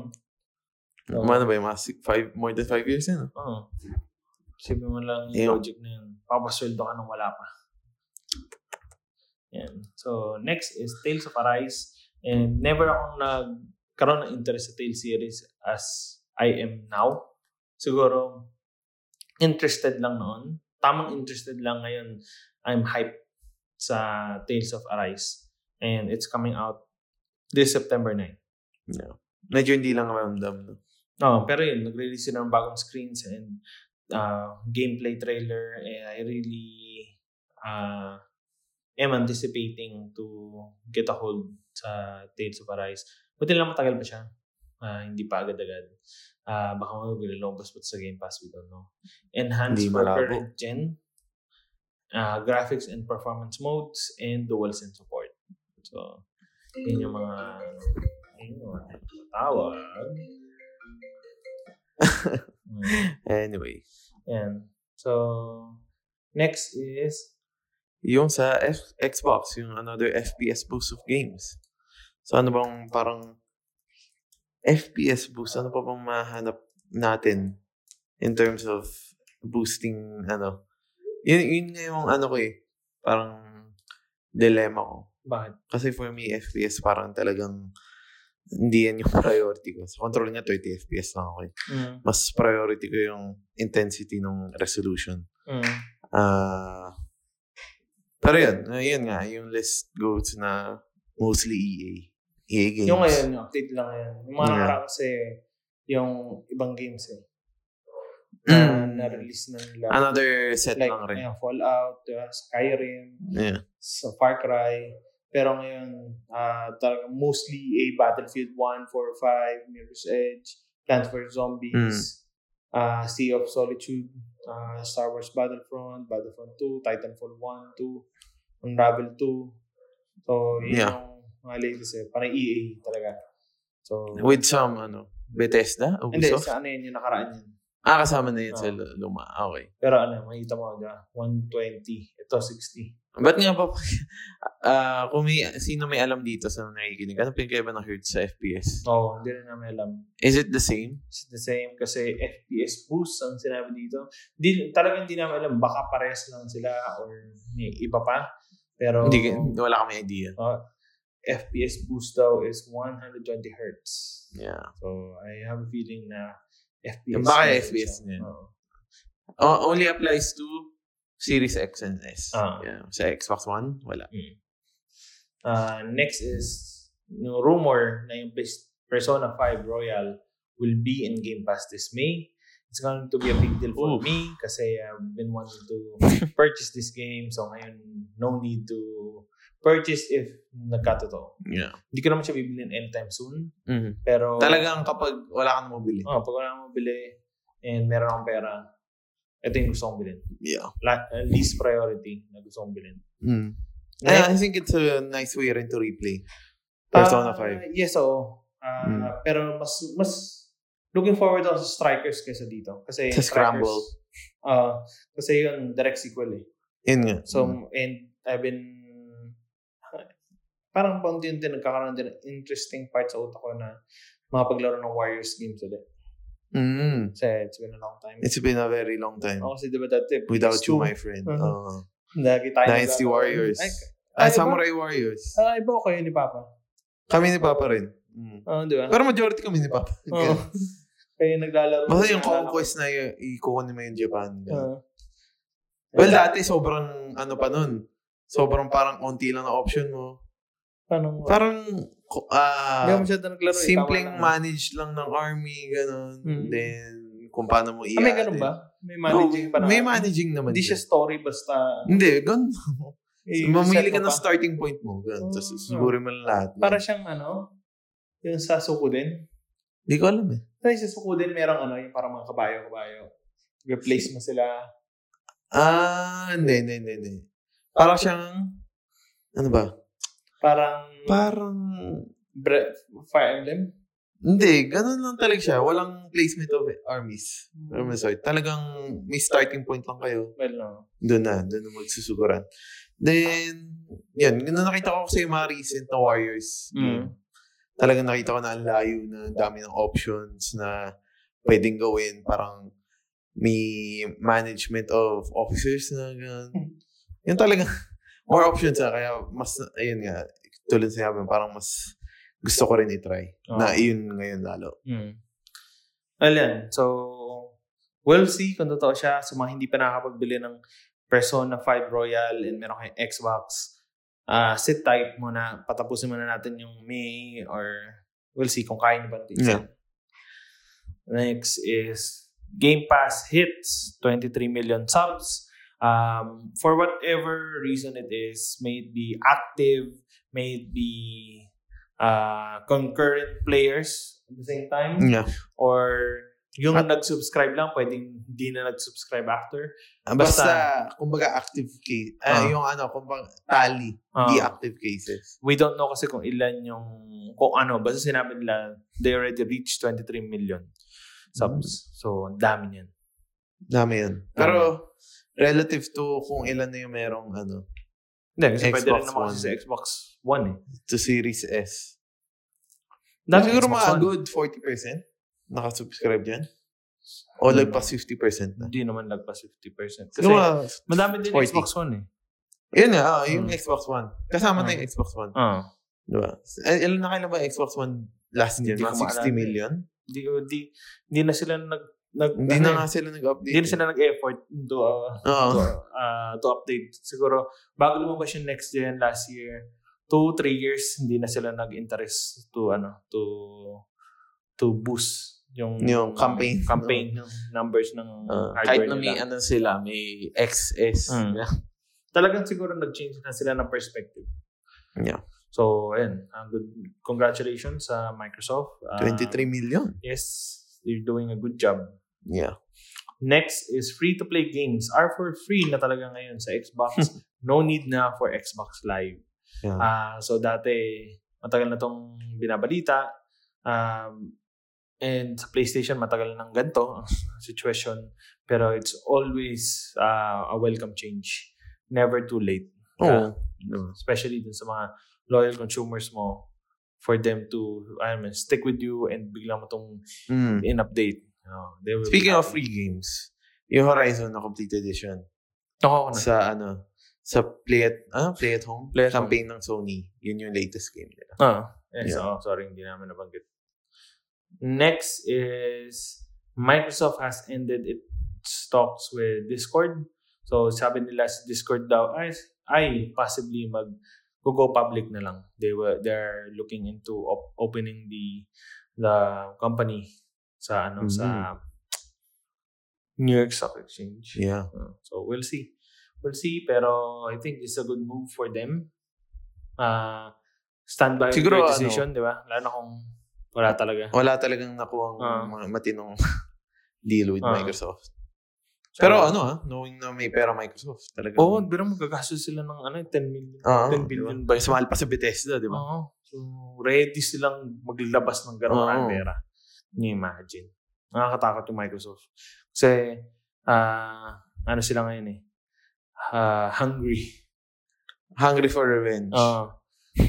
B: Um, ano ba yung mga six- five, more than five years na, no?
A: Oo. Isipin mo lang yung
B: Yeah.
A: logic na yun. Papasweldo ka nang wala pa. Yan. So, next is Tales of Arise. And never akong nagkaroon ng interest sa Tales series as I am now. Siguro, interested lang noon. Tamang interested lang ngayon. I'm hyped sa Tales of Arise. And it's coming out this September 9.
B: Medyo hindi lang ramdam, no?
A: Oh, pero yun, nag-release sila ng bagong screens and uh, gameplay trailer. And I really uh, am anticipating to get a hold sa Tales of Arise. Buti lang matagal pa siya. Ah, hindi pa agad-agad. Ah, baka mo lumabas pa sa Game Pass, we don't know. Enhanced
B: Hindi
A: for
B: malabo.
A: current gen, ah, graphics and performance modes, and dual sense support. So, yun yung mga yun yung mga tawag. Mm,
B: Anyway,
A: Yan. So, next is
B: yung sa F- Xbox, yung another FPS boost of games. So, ano bang parang FPS boost? Ano pa bang mahanap natin in terms of boosting, ano? Yun, yun nga yung ano ko eh. Parang dilemma ko.
A: bakit?
B: Kasi for me, FPS parang talagang hindi yan yung priority ko. Sa control niya, 30 FPS lang ako eh.
A: Mm.
B: Mas priority ko yung intensity ng resolution.
A: Mm.
B: Ah. pero yun, uh, yun nga, yung list goes na mostly E EA. EA games.
A: Yung ngayon, yung update lang ngayon. Yung mga
B: Yeah.
A: nakaraan kasi yung ibang games eh. Na,
B: Mm.
A: na-release na nila.
B: Another set
A: like,
B: lang rin.
A: yung Fallout, diba? Skyrim,
B: Yeah.
A: sa Far Cry. Pero ngayon, ah talaga mostly a Battlefield 1, 4, 5, Mirror's Edge, Plants vs. Zombies, ah Sea of Solitude, ah Star Wars Battlefront, Battlefront 2, Titanfall 1, 2, Unravel 2. So, yun
B: Yeah.
A: yung mga latest eh. Parang EA talaga. So,
B: With some, ano, Bethesda,
A: hindi,
B: Ubisoft.
A: sa ano yun, yung nakaraan yun.
B: ah, kasama na yun sa
A: Oo.
B: lu- luma. Ah, Okay.
A: Pero ano, makikita mo, diba? 120, ito 60.
B: Ba't nga ba, ah kung may, sino may alam dito sa nakikinig, ano pinagkaiba ng Hertz sa FPS?
A: Oo, hindi rin namin alam.
B: Is it the same?
A: It's the same kasi FPS boost ang sinabi dito. Di, talagang hindi namin alam. Baka pares lang sila or may iba pa. Pero uh,
B: Hindi, ko- wala kami idea.
A: FPS boost daw is 120 hertz.
B: Yeah.
A: So, I have a feeling na FPS.
B: Yung baka
A: na-
B: FPS na yun.
A: Oo.
B: O- only applies to Series X and S.
A: Ah.
B: Yeah. Sa Xbox One, wala.
A: Uh, next is yung rumor na yung Pes- Persona 5 Royal will be in Game Pass this May. It's going to be a big deal for
B: Oof.
A: me kasi I've been wanting to purchase this game. So ngayon, no need to purchase if nagkatotoo.
B: Yeah.
A: Hindi ko naman siya bibilin anytime soon.
B: Mhm.
A: Pero
B: Talagang kapag wala kang mabili.
A: Oh, pag wala akong mabili and meron akong pera, ito yung gusto kong bilhin.
B: Yeah.
A: La- uh, least priority na gusto kong bilhin.
B: Mm.
A: Next-
B: I think it's a nice way rin to replay. Persona
A: Ah,
B: 5.
A: yes, oo. Ah,
B: Mm.
A: Pero mas, mas looking forward ako sa Strikers kaysa dito. Kasi
B: Sa Scramble.
A: Strikers, ah, kasi yun, direct sequel eh.
B: Yun nga.
A: So,
B: Mm.
A: and I've been, parang paunti yun din, nagkakaroon din ng interesting parts sa utak ko na makapaglaro ng Warriors games ulit.
B: Mm.
A: Kasi it's been a long time.
B: It's been a very long time.
A: Ako kasi diba dati,
B: Without you,
A: PS2,
B: my friend.
A: Mhm.
B: Oo.
A: Lagi tayo
B: Dynasty
A: naglalaro.
B: Warriors.
A: Ay,
B: Ah,
A: Ah, iba?
B: Samurai Warriors.
A: Ah, iba ko kayo ni Papa.
B: Kami ni Papa rin. Mm.
A: Oo, di ba?
B: Pero majority kami ni Papa.
A: Oo. Kayo naglalaro.
B: Basta yung conquest na yun, ikukunin mo yung Japan.
A: Ah.
B: well, dati sobrang ano pa nun. Sobrang parang onti lang na option mo.
A: Parang,
B: Parang
A: Hindi
B: ah
A: ako masyado naglaro. eh.
B: simpleng
A: Tama lang.
B: manage lang ng army, ganun.
A: Mm.
B: Then, kung paano mo i
A: Ah, may ganun ba? May managing
B: no,
A: parang.
B: may managing naman.
A: Hindi siya
B: yun.
A: story basta.
B: Hindi, ganun.
A: eh,
B: Mamili
A: set
B: ka
A: mo
B: ng
A: pa.
B: starting point mo. Ganun. Tapos
A: Oh.
B: susugurin mo lang lahat.
A: Para siyang ano, yung sa Sukuden.
B: Hindi ko alam eh.
A: Ay, sa Sukuden merong ano, yung parang mga kabayo-kabayo. Replace mo sila.
B: Ah, hindi, hindi, hindi, hindi. Parang siyang, ano ba?
A: Hmm. Parang
B: Parang,
A: Bre- Fire Emblem.
B: hindi, ganun lang talaga siya. Walang placement of armies. Or may sort. Talagang may starting point lang kayo.
A: Well, no.
B: Doon na, doon na magsusuguran. Then, yan, nung nakita ko kasi yung mga recent na Warriors,
A: Mm.
B: talagang nakita ko na ang layo na ang dami ng options na pwedeng gawin. Parang may management of officers na gano'n. Yun talaga, more options na. Kaya mas, ayun nga, tulad sa sabi, parang mas gusto ko rin itry. Na
A: Oo.
B: yun ngayon lalo.
A: Mm. Well, yan. So, we'll see kung totoo siya. Sa mga hindi pa nakakapagbili ng Persona 5 Royal and meron kayong Xbox, ah sit tight muna. Patapusin muna natin yung May or we'll see kung kaya niyo ba natin siya. Next is Game Pass hits 23 million subs. Um, for whatever reason it is, may it be active, may it be uh, concurrent players at the same time,
B: Yeah. Ah.
A: or yung
B: At-
A: nag-subscribe lang, pwedeng hindi na nag-subscribe after.
B: Basta, kumbaga active case. ah,
A: Ah.
B: yung ano, kumbaga tally.
A: Uh,
B: Di active cases.
A: we don't know kasi kung ilan yung, kung ano, basta sinabi nila, they already reached 23 million subs.
B: Hmm.
A: So, ang dami niyan.
B: Dami yun. Pero, relative to kung ilan na yung merong ano,
A: Hindi, kasi pwede
B: Xbox
A: rin naman kasi
B: One.
A: sa Xbox One eh.
B: to Series S.
A: Dami
B: siguro
A: Xbox
B: mga
A: One.
B: good 40% nakasubscribe dyan. O
A: Hmm.
B: lagpas 50% na.
A: Hindi naman lagpas 50%. Kasi
B: Kasi, mga,
A: madami din
B: 40.
A: Xbox One eh.
B: yun nga, ah, yung
A: Hmm.
B: Xbox One. Kasama na yung Xbox One.
A: Ah.
B: Diba? Eh, ilan na kailan ba yung Xbox One last
A: Hindi
B: year?
A: ko
B: Mga 60
A: maalala eh.
B: million?
A: Di, di, di na sila nag, nag
B: Hindi
A: ano
B: na
A: eh,
B: nga sila nag-update.
A: Hindi na sila nag-effort to, uh,
B: Oo.
A: to, uh, to update. Siguro, bago lumabas yung next gen last year, two, three years, hindi na sila nag-interest to, ano, to, to boost yung,
B: Yung campaign.
A: campaign ng numbers ng
B: Ah,
A: hardware nila.
B: ano sila, may XS.
A: Hmm. Talagang siguro nag-change na sila ng perspective.
B: Yeah.
A: So, ayun. Ang good, congratulations sa Microsoft. Ah,
B: 23 million.
A: Yes, you're doing a good job.
B: Yeah.
A: Next is free-to-play games are for free na talaga ngayon sa Xbox. no need na for Xbox Live.
B: Hmm. Yeah.
A: Ah, so dati, matagal na tong binabalita. Um, and sa PlayStation, matagal nang ganito ang situation. Pero it's always ah, a welcome change. Never too late.
B: Oo.
A: Ah, Especially dun sa mga loyal consumers mo for them to I mean, stick with you and bigla mo tong
B: Hmm.
A: in-update. Oh, they will be
B: Speaking of
A: happy.
B: free games, yung Horizon na Complete Edition,
A: Nako na.
B: sa ano sa play at ah, play at home
A: Play at
B: campaign ng Sony yun yung latest game nila
A: Ah, yes.
B: Yeah.
A: Oh, sorry, hindi namin nabanggit. Next is Microsoft has ended its talks with Discord. So, sabi nila si Discord daw ay, ay possibly mag go public na lang. They were they're looking into op- opening the the company sa ano sa New York Stock Exchange.
B: yeah
A: Uh, So we'll see. We'll see pero I think it's a good move for them. Uh, stand by
B: Siguro, ano,
A: their decision, di ba? Lalo na kung wala talaga.
B: wala talagang nakuha
A: Ah.
B: mga matinong deal with
A: Ah.
B: Microsoft pero ano ah knowing na may pera Microsoft talaga
A: Oo, oh, pero magagastos sila ng ano, 10 million. 10 billion
B: Ah,
A: Ah.
B: ba? Mas mahal pa sa Bethesda, di ba?
A: Oo. So, ready silang maglabas ng gano'ng
B: Oo.
A: oh. pera. Can you imagine? Nakakatakot yung Microsoft. Kasi, ah, ano sila ngayon eh? Ah, hungry.
B: Hungry for revenge.
A: Oo.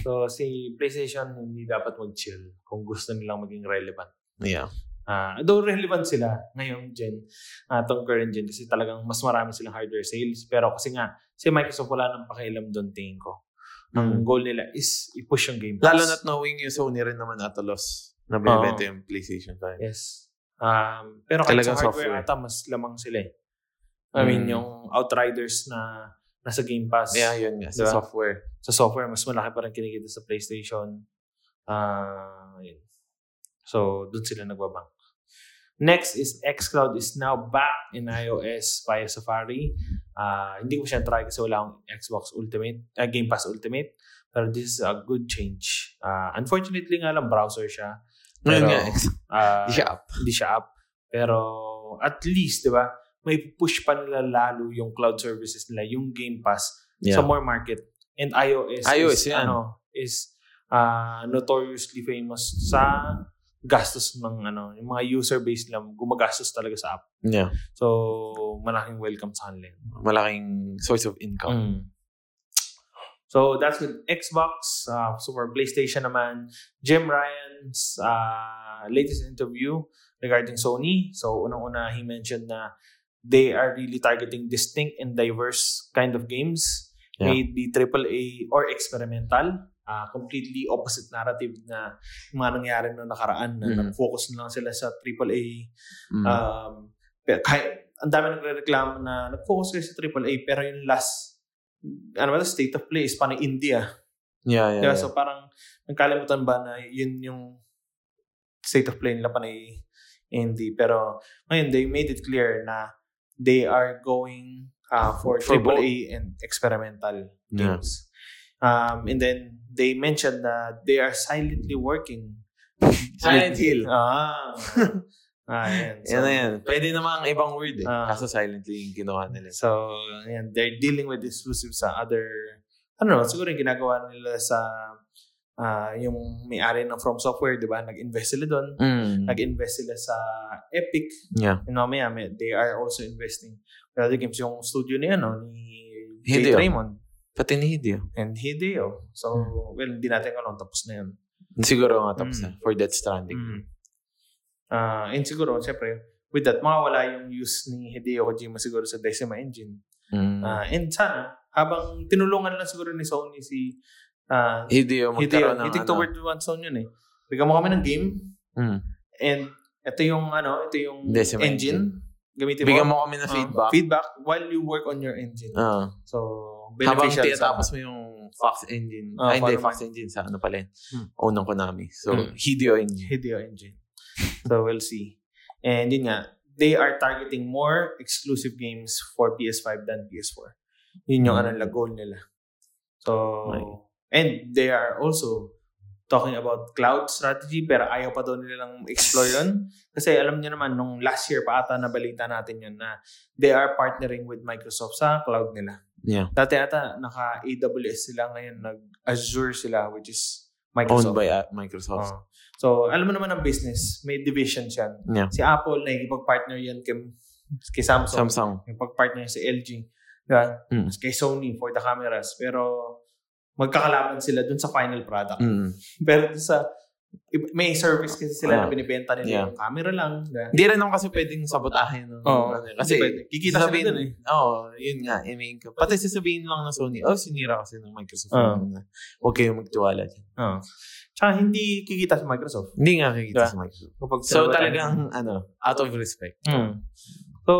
A: so, si PlayStation hindi dapat mag-chill kung gusto nilang maging relevant.
B: yeah.
A: Ah, though relevant sila ngayong gen, ah, tong current gen, kasi talagang mas marami silang hardware sales. Pero kasi nga, si Microsoft wala nang pakialam doon, tingin ko.
B: Mm.
A: Ang goal nila is i-push yung Game Pass.
B: Lalo na't knowing yung Sony rin naman at a loss
A: Ah.
B: na binibenta yung PlayStation 5.
A: Yes. Um, pero kahit
B: Talagang
A: sa hardware
B: software.
A: ata, mas lamang sila eh. I mean,
B: Mm.
A: yung Outriders na nasa Game Pass,
B: Yeah, yun nga. Sa
A: Diba?
B: software.
A: sa software, mas malaki pa rin kinikita sa PlayStation. Ah, yun. So, dun sila nagbabang. Next is xCloud is now back in iOS via Safari. Ah, hindi ko siya try kasi wala akong Xbox Ultimate, ah, Game Pass Ultimate. Pero this is a good change. Ah, unfortunately nga lang, browser siya.
B: Ngayon
A: Pero,
B: nga. eh.
A: Ah,
B: Di siya up.
A: hindi siya up. Pero at least, di ba, may push pa nila lalo yung cloud services nila, yung Game Pass
B: Yeah.
A: sa more market. And iOS,
B: iOS
A: is,
B: yan.
A: ano, is ah, notoriously famous sa gastos ng ano, yung mga user base nila gumagastos talaga sa app.
B: Yeah.
A: So, malaking welcome sa kanila. yun.
B: Malaking source of income.
A: Mm. So, that's with Xbox. Uh, so, for PlayStation naman, Jim Ryan's uh, latest interview regarding Sony. So, unang-una, he mentioned na they are really targeting distinct and diverse kind of games.
B: Yeah.
A: May it be AAA or experimental. Uh, completely opposite narrative na yung mga nangyari noong nakaraan na
B: Mhm.
A: nag-focus na lang sila sa AAA
B: Mm.
A: Um, pero kahit, ang dami nagre-reklamo na nag-focus kayo sa AAA pero yung last ano ba, state of play is parang India.
B: yeah, yeah, yeah.
A: So parang nagkalimutan ba na yun yung state of play nila panay Indy. Pero ngayon, they made it clear na they are going uh, for,
B: For both.
A: AAA and experimental
B: Yeah.
A: games. Um, and then they mentioned that they are silently working.
B: Silent Hill.
A: Ah. ah, yan. So,
B: yan na yan. Pwede namang ibang word eh.
A: Ah.
B: Kaso silently yung ginawa nila.
A: So, ayan, they're dealing with exclusives sa other, I don't know, siguro yung ginagawa nila sa ah, yung may-ari ng From Software, di ba? Nag-invest sila doon.
B: Mm.
A: Nag-invest sila sa Epic.
B: Yeah.
A: You know, may, may, they are also investing with other games. Yung studio na yun, no? ni Jay
B: Hideo.
A: Raymond
B: Pati ni Hideo.
A: and Hideo. So,
B: Mm.
A: well, hindi natin alam. Tapos na yun.
B: Siguro nga tapos
A: Mm.
B: na. For Death Stranding.
A: Mm. Ah, and siguro, syempre, with that, makawala yung use ni Hideo Kojima siguro sa Decima Engine.
B: Mm.
A: Ah, and sana, habang tinulungan lang siguro ni Sony si ah,
B: Hideo
A: Hideo,
B: magkaroon ng
A: Hitik
B: ano.
A: to Word One Sony yun eh. Bigyan mo kami ng game
B: Mm.
A: and ito yung ano, ito yung
B: Decima
A: engine. Gamitin mo.
B: Bigyan mo kami ng
A: Ah,
B: feedback.
A: feedback while you work on your engine.
B: Ah.
A: So,
B: Habang
A: beneficial
B: tinatapos mo yung Fox Engine.
A: Ah,
B: ay, hindi.
A: paano-
B: Fox Engine sa ano pala yun.
A: Hmm.
B: Unang Konami. So,
A: Hmm.
B: Hideo Engine.
A: Hideo engine. So, we'll see. And yun nga, they are targeting more exclusive games for PS5 than PS4. Yun yung
B: Mm.
A: ano nila, goal nila. So,
B: Right.
A: and they are also talking about cloud strategy pero ayaw pa daw nilang explore yun. Kasi alam niyo naman, nung last year pa ata nabalita natin yun na they are partnering with Microsoft sa cloud nila.
B: Yeah.
A: Dati ata naka-AWS sila ngayon, nag-Azure sila which is
B: Owned
A: Microsoft. Ah.
B: by uh, Microsoft.
A: Oo. so, alam mo naman ang business, may divisions yan.
B: Yeah.
A: Si Apple, nakikipag-partner yan kay, kay Samsung.
B: Samsung.
A: Nakikipag-partner yan sa LG. Diba?
B: Mm.
A: Kay Sony for the cameras. Pero, magkakalaban sila dun sa final product.
B: Mm.
A: Pero dun sa, i- may service kasi sila
B: Ah.
A: na binibenta nila
B: Yeah.
A: yung camera lang. diba?
B: Hindi rin naman kasi pwedeng sabotahin. ng-
A: Oo.
B: ano, kasi,
A: Hindi pwede. Kikita sila
B: sasabihin-
A: dun eh.
B: Oo, yun nga. I mean, pati sasabihin lang ng Sony, oh, sinira kasi ng Microsoft.
A: Oo.
B: yun na. Huwag kayong magtiwala dyan.
A: Oo. Tsaka hindi kikita sa Microsoft.
B: Hindi nga kikita
A: Diba?
B: sa Microsoft.
A: Kapag
B: So,
A: sinabatan-
B: talagang, ano, out of respect.
A: Mm. So,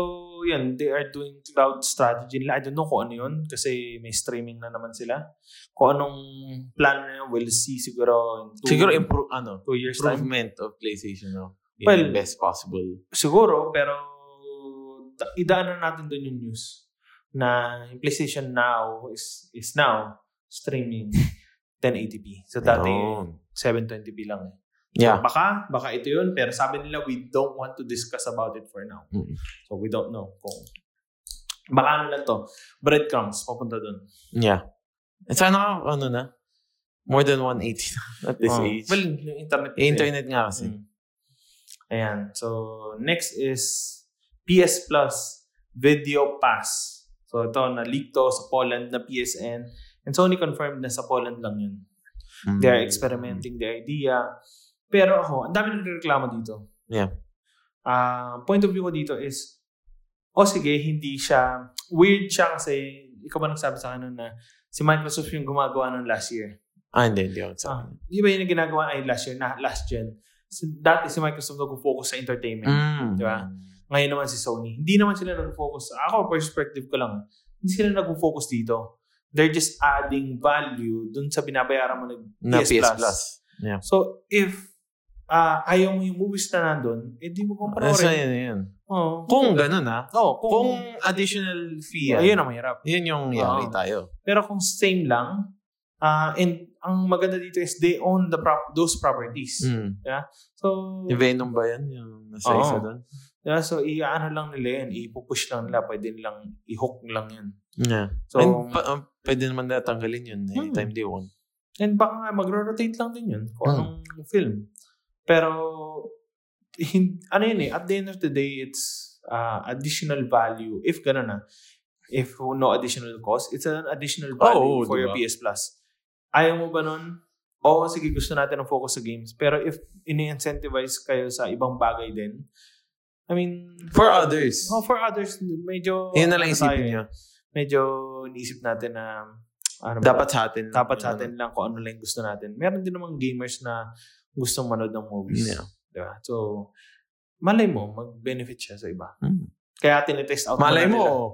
A: yun, they are doing cloud strategy nila. I don't know kung ano yun kasi may streaming na naman sila. Kung anong plan na yun, we'll see siguro in two,
B: Siguro, improve, ano,
A: two years time.
B: improvement of PlayStation no? Yun
A: Well,
B: yung best possible.
A: Siguro, pero da- idaan na natin doon yung news na yung PlayStation Now is is now streaming 1080p. So, dati
B: Yun.
A: 720p lang eh.
B: Yeah.
A: Baka, baka ito yun, pero sabi nila, we don't want to discuss about it for now.
B: Mm.
A: So, we don't know kung... Baka ano lang to, breadcrumbs, papunta dun.
B: Yeah. And sana, ano na, more than 180 na at this
A: Oh.
B: age.
A: Well, yung internet.
B: Eh, internet nga
A: kasi.
B: kasi.
A: Mm. Ayan. So, next is PS Plus Video Pass. So, ito, na-leak to sa Poland na PSN. And Sony confirmed na sa Poland lang yun.
B: Mm.
A: They're experimenting the idea. Pero ako, ang dami nagreklamo dito.
B: Yeah.
A: Ah, point of view ko dito is, o sige, hindi siya, weird siya kasi, ikaw ba nagsabi sa akin nun na si Microsoft yung gumagawa nun last year.
B: Ah, hindi, hindi ako sa
A: Ah, di ba yun yung ginagawa ay last year, na last gen? So, dati si Microsoft nag-focus sa entertainment.
B: Mm.
A: Di ba? Ngayon naman si Sony. Hindi naman sila nag-focus. Ako, perspective ko lang, hindi sila nag-focus dito. They're just adding value dun sa binabayaran mo ng
B: Na
A: PS
B: PS,
A: Plus.
B: Plus. Yeah.
A: So, if ah ayaw mo yung movies na nandun, eh di mo
B: Ah, so,
A: kumpanoorin.
B: yun, yun.
A: Oo.
B: Kung ganun ha.
A: Oo, kung,
B: Kung additional fee yan.
A: ayun ang mahirap.
B: Yun yung yari
A: Oo.
B: tayo.
A: Pero kung same lang, ah and ang maganda dito is they own the prop those properties.
B: Mm.
A: So,
B: Yung Venom ba yan? Yung nasa
A: Hmm. Oo.
B: isa doon?
A: Yeah, so i-ano lang nila yan, ipupush lang nila, pwede nilang i-hook lang yan.
B: Yeah. And
A: So, and, Hmm.
B: pa, ah, pwede naman natanggalin yun eh, anytime they want.
A: baka nga magro-rotate lang din yun kung
B: Hmm.
A: anong film. Pero, hin- ano yun eh, at the end of the day, it's uh, additional value. If ganun na, if no additional cost, it's an additional value
B: Oo,
A: for your
B: diba?
A: PS Plus. Ayaw mo ba nun? Oo, sige, gusto natin ng focus sa games. Pero if ini-incentivize kayo sa ibang bagay din, I mean,
B: For others.
A: Oh, for others, medyo...
B: yun na lang
A: ano
B: isipin
A: tayo eh.
B: nyo.
A: Medyo iniisip natin na... Ano ba?
B: Dapat sa atin.
A: Dapat sa atin lang kung ano lang yung gusto natin. Meron din namang gamers na gustong manood ng movies.
B: Yeah.
A: Diba? So, malay mo, mag-benefit siya sa iba.
B: Mm.
A: Kaya tinetest out
B: Malay
A: muna
B: mo, oh.
A: nila.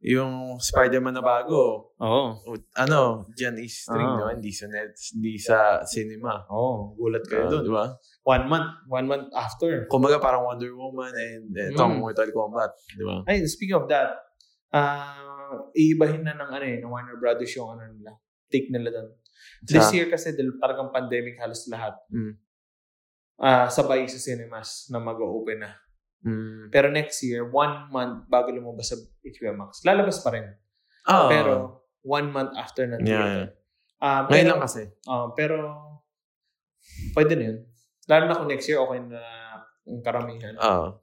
B: yung Spider-Man na bago,
A: Oo.
B: o- ano, dyan is string,
A: Ah.
B: no? Hindi sa net, hindi sa cinema.
A: Oo. gulat
B: Kaya
A: kayo
B: doon,
A: dun.
B: Ah, di ba?
A: One month. One month after.
B: Kumbaga parang Wonder Woman and eh,
A: Mm.
B: Tom Mortal Kombat, di ba?
A: Ay, speaking of that, ah iibahin na ng ano eh, ng Warner Brothers yung ano nila. Take nila doon. This
B: Sa-
A: year kasi dahil parang pandemic halos lahat.
B: Mm.
A: Ah, sabay sa cinemas na mag-open na.
B: Mm.
A: Pero next year, one month bago lumabas sa HBO Max. Lalabas pa rin.
B: Ah,
A: Pero one month after na.
B: Yeah, yeah.
A: Ah,
B: ngayon
A: pero,
B: lang kasi.
A: ah, pero pwede na yun. Lalo na kung next year, okay na ang karamihan.
B: Oo.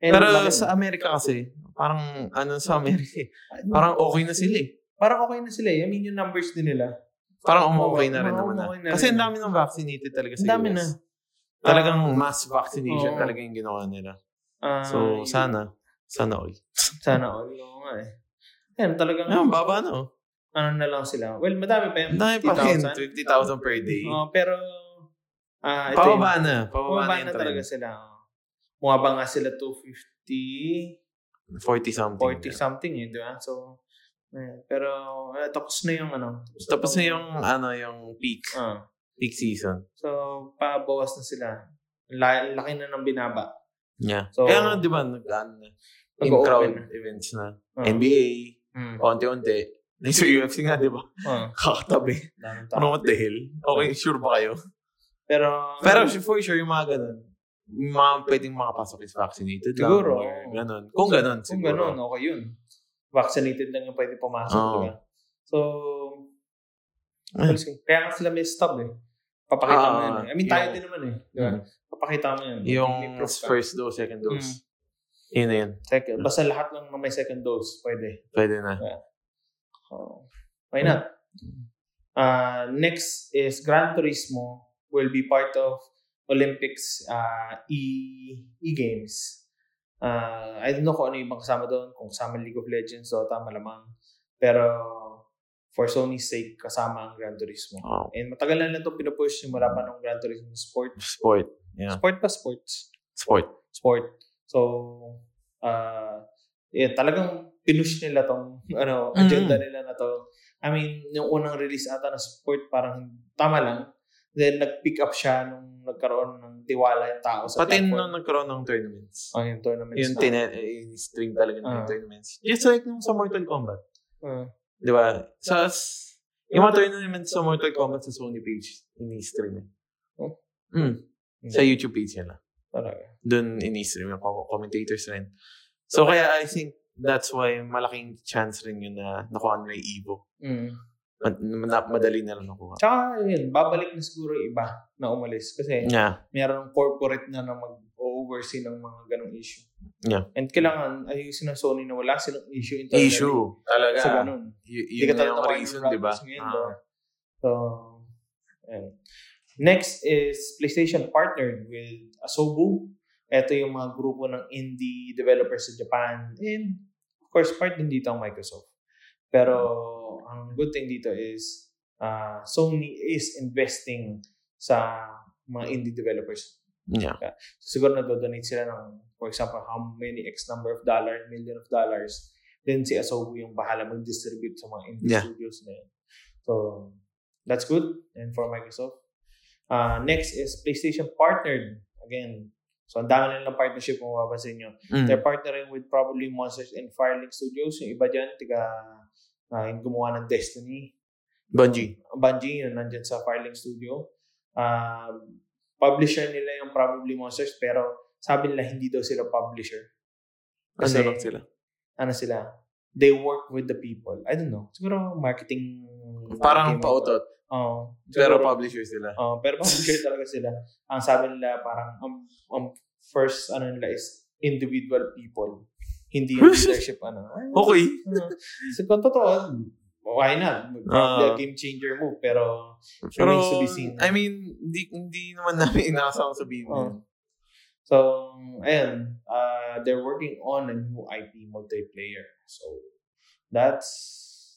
A: And
B: Ah, Pero
A: lalo-
B: sa Amerika kasi, parang ano sa Amerika, eh, parang okay na sila eh.
A: parang okay na sila. eh. I mean, yung numbers din nila.
B: Parang umuwi na rin
A: Oo,
B: naman na.
A: umuwi na
B: Kasi
A: rin.
B: ang dami ng vaccinated talaga sa
A: Ang dami
B: US.
A: na. Ah.
B: Talagang mass vaccination
A: Oo.
B: talaga yung ginawa nila.
A: Ah,
B: So,
A: yun.
B: sana. Sana all.
A: Sana all. Oo nga eh. Ayan, talagang
B: Ayun, baba na oh.
A: ano na lang sila. Well, madami pa yan.
B: Ang dami pa rin.
A: 50,000.
B: 50,000 per day.
A: Oo, pero ah ito yun.
B: Pababa na. Pababa
A: Bumaba
B: na yung
A: na
B: talaga.
A: talaga sila. oo. Bumaba nga sila 250,
B: 40 something.
A: 40 something eh, di ba? So, eh, pero eh, tapos na yung ano.
B: Tapos na yung, ano, yung peak.
A: Ah,
B: Peak season.
A: so, pabawas na sila. La- laki na ng binaba.
B: Yeah.
A: So,
B: Kaya nga, di ba, nag-ano na.
A: Nag-open
B: In-crowd
A: na.
B: events na.
A: Ah,
B: NBA,
A: mm,
B: onti-onti. Sa UFC nga, di ba?
A: ah,
B: Kakatabi.
A: daming tao.
B: Ano what the hell? Okay, sure ba kayo?
A: Pero,
B: Pero for sure, yung mga ganun, yung mga pwedeng makapasok is vaccinated lang.
A: Siguro.
B: or Ganun. Kung ganun,
A: kung
B: siguro.
A: ganun, okay yun. Vaccinated lang yung pwede pumasok,
B: Oo.
A: di ba? So, we'll see. kaya nga sila may stop eh. Papakita mo
B: Ah,
A: yan. eh. I mean, tayo
B: yung- Hmm.
A: din naman eh. Di ba? Papakita mo yan. May
B: Yung
A: proof ka. Mm.
B: first dose, second dose. Yun na yun.
A: Second, basta lahat ng may second dose, pwede.
B: Pwede na.
A: So, why not? Uh, next is Gran Turismo will be part of Olympics uh, e, e-games. Uh, I don't know kung ano yung ibang kasama doon, kung kasama League of Legends, Dota, malamang. Pero for Sony's sake, kasama ang Gran Turismo.
B: Oh,
A: And matagal na lang itong pinupush simula pa ng Gran Turismo Sport.
B: sport. Yeah.
A: Sport pa sports?
B: Sport.
A: sport. So, uh, yeah, talagang pinush nila tong ano,
B: Mm.
A: agenda nila na to. I mean, yung unang release ata na sport, parang tama lang. Then, nag-pick up siya nung nagkaroon ng tiwala yung tao sa
B: Pati nung
A: platform.
B: nagkaroon ng tournaments.
A: Oh, yung tournaments
B: Yung
A: na.
B: tine- eh, stream talaga ng
A: Ah.
B: tournaments. Just like nung sa Mortal Kombat.
A: Uh,
B: Di ba? Sa, s- yung mga tournaments sa Mortal Kombat sa Sony page, ini-stream eh.
A: Oh.
B: Mm. Sa YouTube page nila.
A: talaga.
B: Doon ini-stream yung com- commentators rin. So, kaya I think that's why malaking chance rin yun na nakuha nila yung Evo.
A: Mm.
B: Mad- na- madali na lang nakuha.
A: Tsaka, yun, babalik na siguro yung iba na umalis. Kasi,
B: Yeah.
A: merong corporate na na mag-oversee ng mga ganong issue.
B: Yeah.
A: And kailangan ayusin ng Sony na wala silang issue internally
B: Issue. Talaga.
A: sa ganun.
B: Y-
A: Hindi
B: yun
A: ka
B: na
A: talaga
B: yung
A: makain
B: reason,
A: ng
B: di ba?
A: products ngayon,
B: Ah.
A: diba? So, ayun. Next is PlayStation partnered with Asobu. Ito yung mga grupo ng indie developers sa Japan. And, of course, part din dito ang Microsoft. Pero ang good thing dito is uh, Sony is investing sa mga indie developers.
B: Yeah.
A: So, siguro nagdo-donate sila ng, for example, how many X number of dollars, million of dollars. Then si Asobu yung bahala mag-distribute sa mga indie
B: Yeah.
A: studios na yun. So, that's good. And for Microsoft. Uh, next is PlayStation partnered. Again, so ang dami nilang partnership kung mapapansin nyo.
B: Mm.
A: They're partnering with probably Monsters and Firelink Studios. Yung iba dyan, tiga ah, yung gumawa ng Destiny.
B: Bungie.
A: Ang Bungie, yun, nandyan sa Firelink Studio. Um, publisher nila yung probably Monsters, pero sabi nila hindi daw sila publisher.
B: Ano
A: Kasi-
B: lang sila?
A: Ano sila? They work with the people. I don't know. Siguro marketing...
B: Parang
A: marketing-
B: pautot.
A: Oo.
B: Pero
A: Siguro- Oh,
B: publisher sila.
A: Oo, pero publisher talaga sila. Ang sabi nila, parang, ang ang first, ano nila is individual people. Hindi yung leadership, ano. Ay,
B: Okay.
A: ano. So, kung totoo, why not? Probably a
B: Ah.
A: game changer move, pero
B: Pero,
A: remains to be seen. Oh.
B: I mean, hindi, hindi naman namin inaasang sabihin.
A: Oo.
B: yun.
A: So, ayun, uh, they're working on a new IP multiplayer. So, that's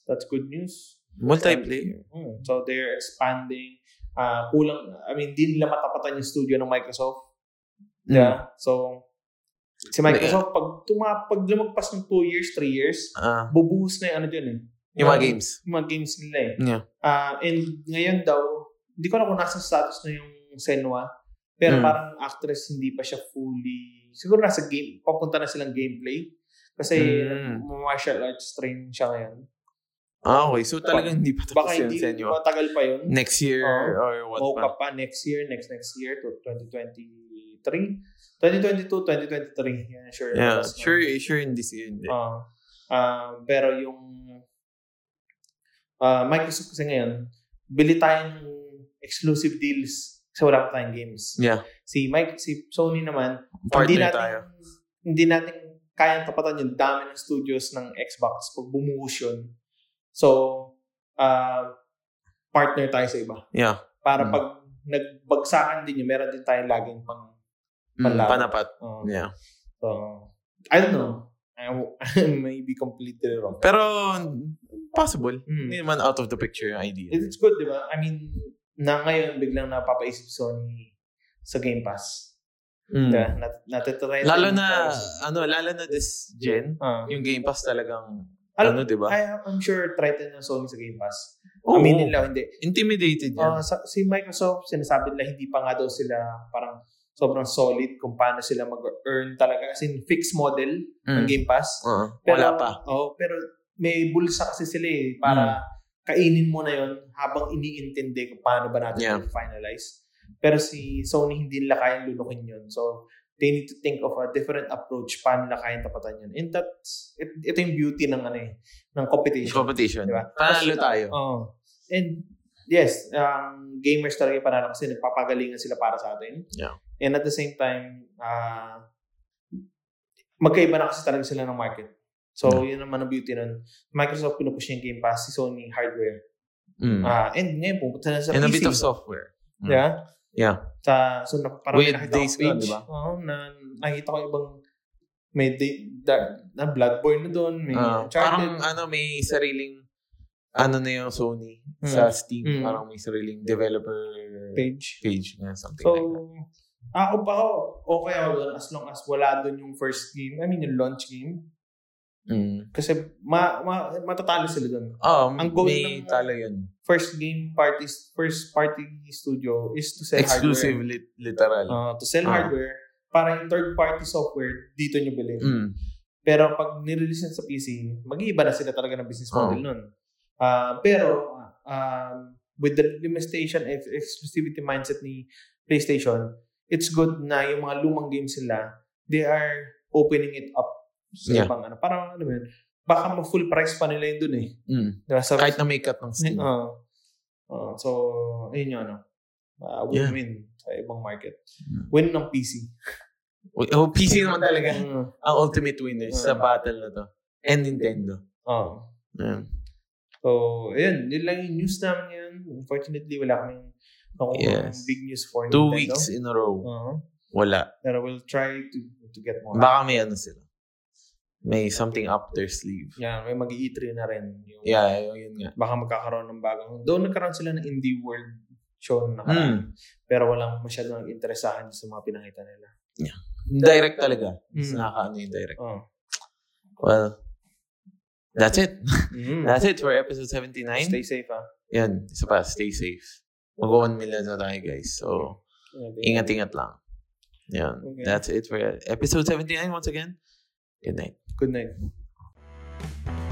A: that's good news.
B: Multiplayer.
A: Mm, So, they're expanding. Uh, kulang, I mean, di nila matapatan yung studio ng Microsoft.
B: Hmm.
A: Yeah. So, si
B: Ano
A: Microsoft, pag, tuma, pag lumagpas ng 2 years, 3 years,
B: Ah,
A: bubuhos na yung ano dyan eh.
B: yung mga games.
A: Yung mga games nila eh.
B: Yeah.
A: Ah, and ngayon daw, hindi ko alam kung nasa status na yung Senwa. Pero
B: Mm.
A: parang actress, hindi pa siya fully... Siguro nasa game, papunta na silang gameplay. Kasi
B: Mm.
A: martial arts train siya ngayon.
B: Ah, okay. So talagang hindi pa
A: Baka
B: tapos yun
A: hindi
B: sa inyo.
A: matagal pa yun.
B: Next year
A: Oo.
B: or what
A: Mocha
B: pa?
A: pa next year, next next year to 2023. 2022, 2023. Yan, sure.
B: Yeah,
A: Tapos na.
B: sure, sure in this year. hindi.
A: Ah, ah, pero yung ah, Microsoft kasi ngayon, bili tayo ng exclusive deals kasi wala pa tayong games.
B: Yeah,
A: Si Mike, si Sony naman, hindi
B: partner
A: natin,
B: tayo.
A: hindi natin kayang tapatan yung dami ng studios ng Xbox pag bumuhos yun. So, ah, partner tayo sa iba.
B: Yeah.
A: Para
B: Mm.
A: pag nagbagsakan din yun, meron din tayong laging pang
B: Mm,
A: Panlaban.
B: panapat.
A: ah,
B: Yeah.
A: So, I don't know. I, w- I may be completely wrong.
B: Pero, possible.
A: Mm.
B: Hindi naman out of the picture yung idea.
A: It's good, di ba? I mean, na ngayon, biglang napapaisip Sony sa Game Pass.
B: Mm.
A: Diba? Nat natatry
B: Lalo
A: din
B: na,
A: para sa-
B: ano, lalo na this gen,
A: Ah.
B: yung Game Pass talagang, ano,
A: Alam-
B: di ba?
A: I, I'm sure threatened ng Sony sa Game Pass.
B: Oo.
A: Aminin nila, hindi.
B: intimidated yan.
A: Ah, sa, si Microsoft, sinasabi nila, hindi pa nga daw sila parang sobrang solid kung paano sila mag-earn talaga. As in, fixed model ng
B: Mm.
A: Game Pass.
B: Oo.
A: Pero,
B: wala pa. Hmm.
A: Oo, pero may bulsa kasi sila eh, para kainin mo na yon habang iniintindi kung paano ba natin
B: Yeah.
A: finalize. Pero si Sony hindi nila kayang lulukin yun. So, they need to think of a different approach paano nila kayang tapatan yun. And that's, it, ito yung beauty ng ano eh, ng competition.
B: Competition.
A: Diba?
B: Panalo
A: Tapos-
B: tayo.
A: Oo. And yes, um, gamers talaga yung panalo kasi nagpapagalingan sila para sa atin.
B: Yeah.
A: And at the same time, ah, magkaiba na kasi talaga sila ng market. So, yun naman ang beauty nun. Microsoft pinupush niya yung Game Pass, si Sony hardware.
B: Mm.
A: Ah, and ngayon, pupunta na sa
B: And a
A: PC.
B: bit of software. Mm.
A: Yeah?
B: Yeah.
A: Sa, so, na, parang
B: With
A: may nakita
B: Days
A: akong
B: Gone,
A: page.
B: di ba?
A: Oo, na, nakita ko ibang may day, da, na Bloodborne na doon, may
B: Ah,
A: Hmm. Uncharted.
B: parang ano may sariling ano na yung Sony
A: Mm.
B: sa Steam
A: Mm.
B: parang may sariling developer
A: page.
B: page na something
A: So,
B: like that.
A: ah, o pa ako, okay ako doon as long as wala doon yung first game, I mean yung launch game.
B: Mm.
A: Kasi ma, ma, matatalo sila doon.
B: Oh,
A: Ang
B: ang
A: goal
B: may
A: ng- uh,
B: talo yun.
A: First game party, first party studio is to sell
B: Exclusive
A: hardware.
B: lit- literal.
A: Ah, to sell
B: Ah.
A: hardware. Para yung third party software, dito nyo bilhin.
B: mm.
A: Pero pag nirelease yan sa PC, mag-iiba na sila talaga ng business
B: Oh.
A: model nun. Ah, pero, um, with the limitation and exclusivity mindset ni PlayStation, it's good na yung mga lumang games nila, they are opening it up sa
B: Yeah.
A: ibang ano. Parang, ano ba yun, baka ma-full price pa nila yun dun eh.
B: Mm.
A: Diba? Sa,
B: Kahit na may cut ng Steam.
A: Oo. Oo, so, yun yung ano. Ah,
B: Yeah.
A: win-win sa ibang market.
B: Mm.
A: Win ng PC.
B: Oh, PC naman talaga
A: Mm.
B: ang ultimate winners
A: Mm.
B: sa battle na to. And Nintendo.
A: Oo.
B: Yeah.
A: So, ayun. Yun lang yung news namin ngayon. Unfortunately, wala kaming nakuha
B: Yes.
A: big news for
B: Two
A: Nintendo. Uh,
B: weeks in a row.
A: Oo.
B: Wala.
A: pero we'll try to to get more.
B: Baka may ano sila. May something up their sleeve.
A: Yan, may mag e na rin. Yung,
B: Yeah, yun, yun nga.
A: Baka magkakaroon ng bagong... Doon nagkaroon sila ng Indie World show na nakaraan.
B: Mm.
A: Pero walang masyadong interesahan sa mga pinakita nila.
B: Direct talaga. Mas
A: Mm.
B: Nakakaano yung direct.
A: Oh.
B: Well, that's it.
A: Mm.
B: That's it for episode 79.
A: Stay safe, ah. ha?
B: Yan, isa pa, stay safe. Mag-1 million na tayo, guys. So, ingat-ingat lang. Yan.
A: Okay.
B: That's it for episode 79 once again. Good night.
A: Good night.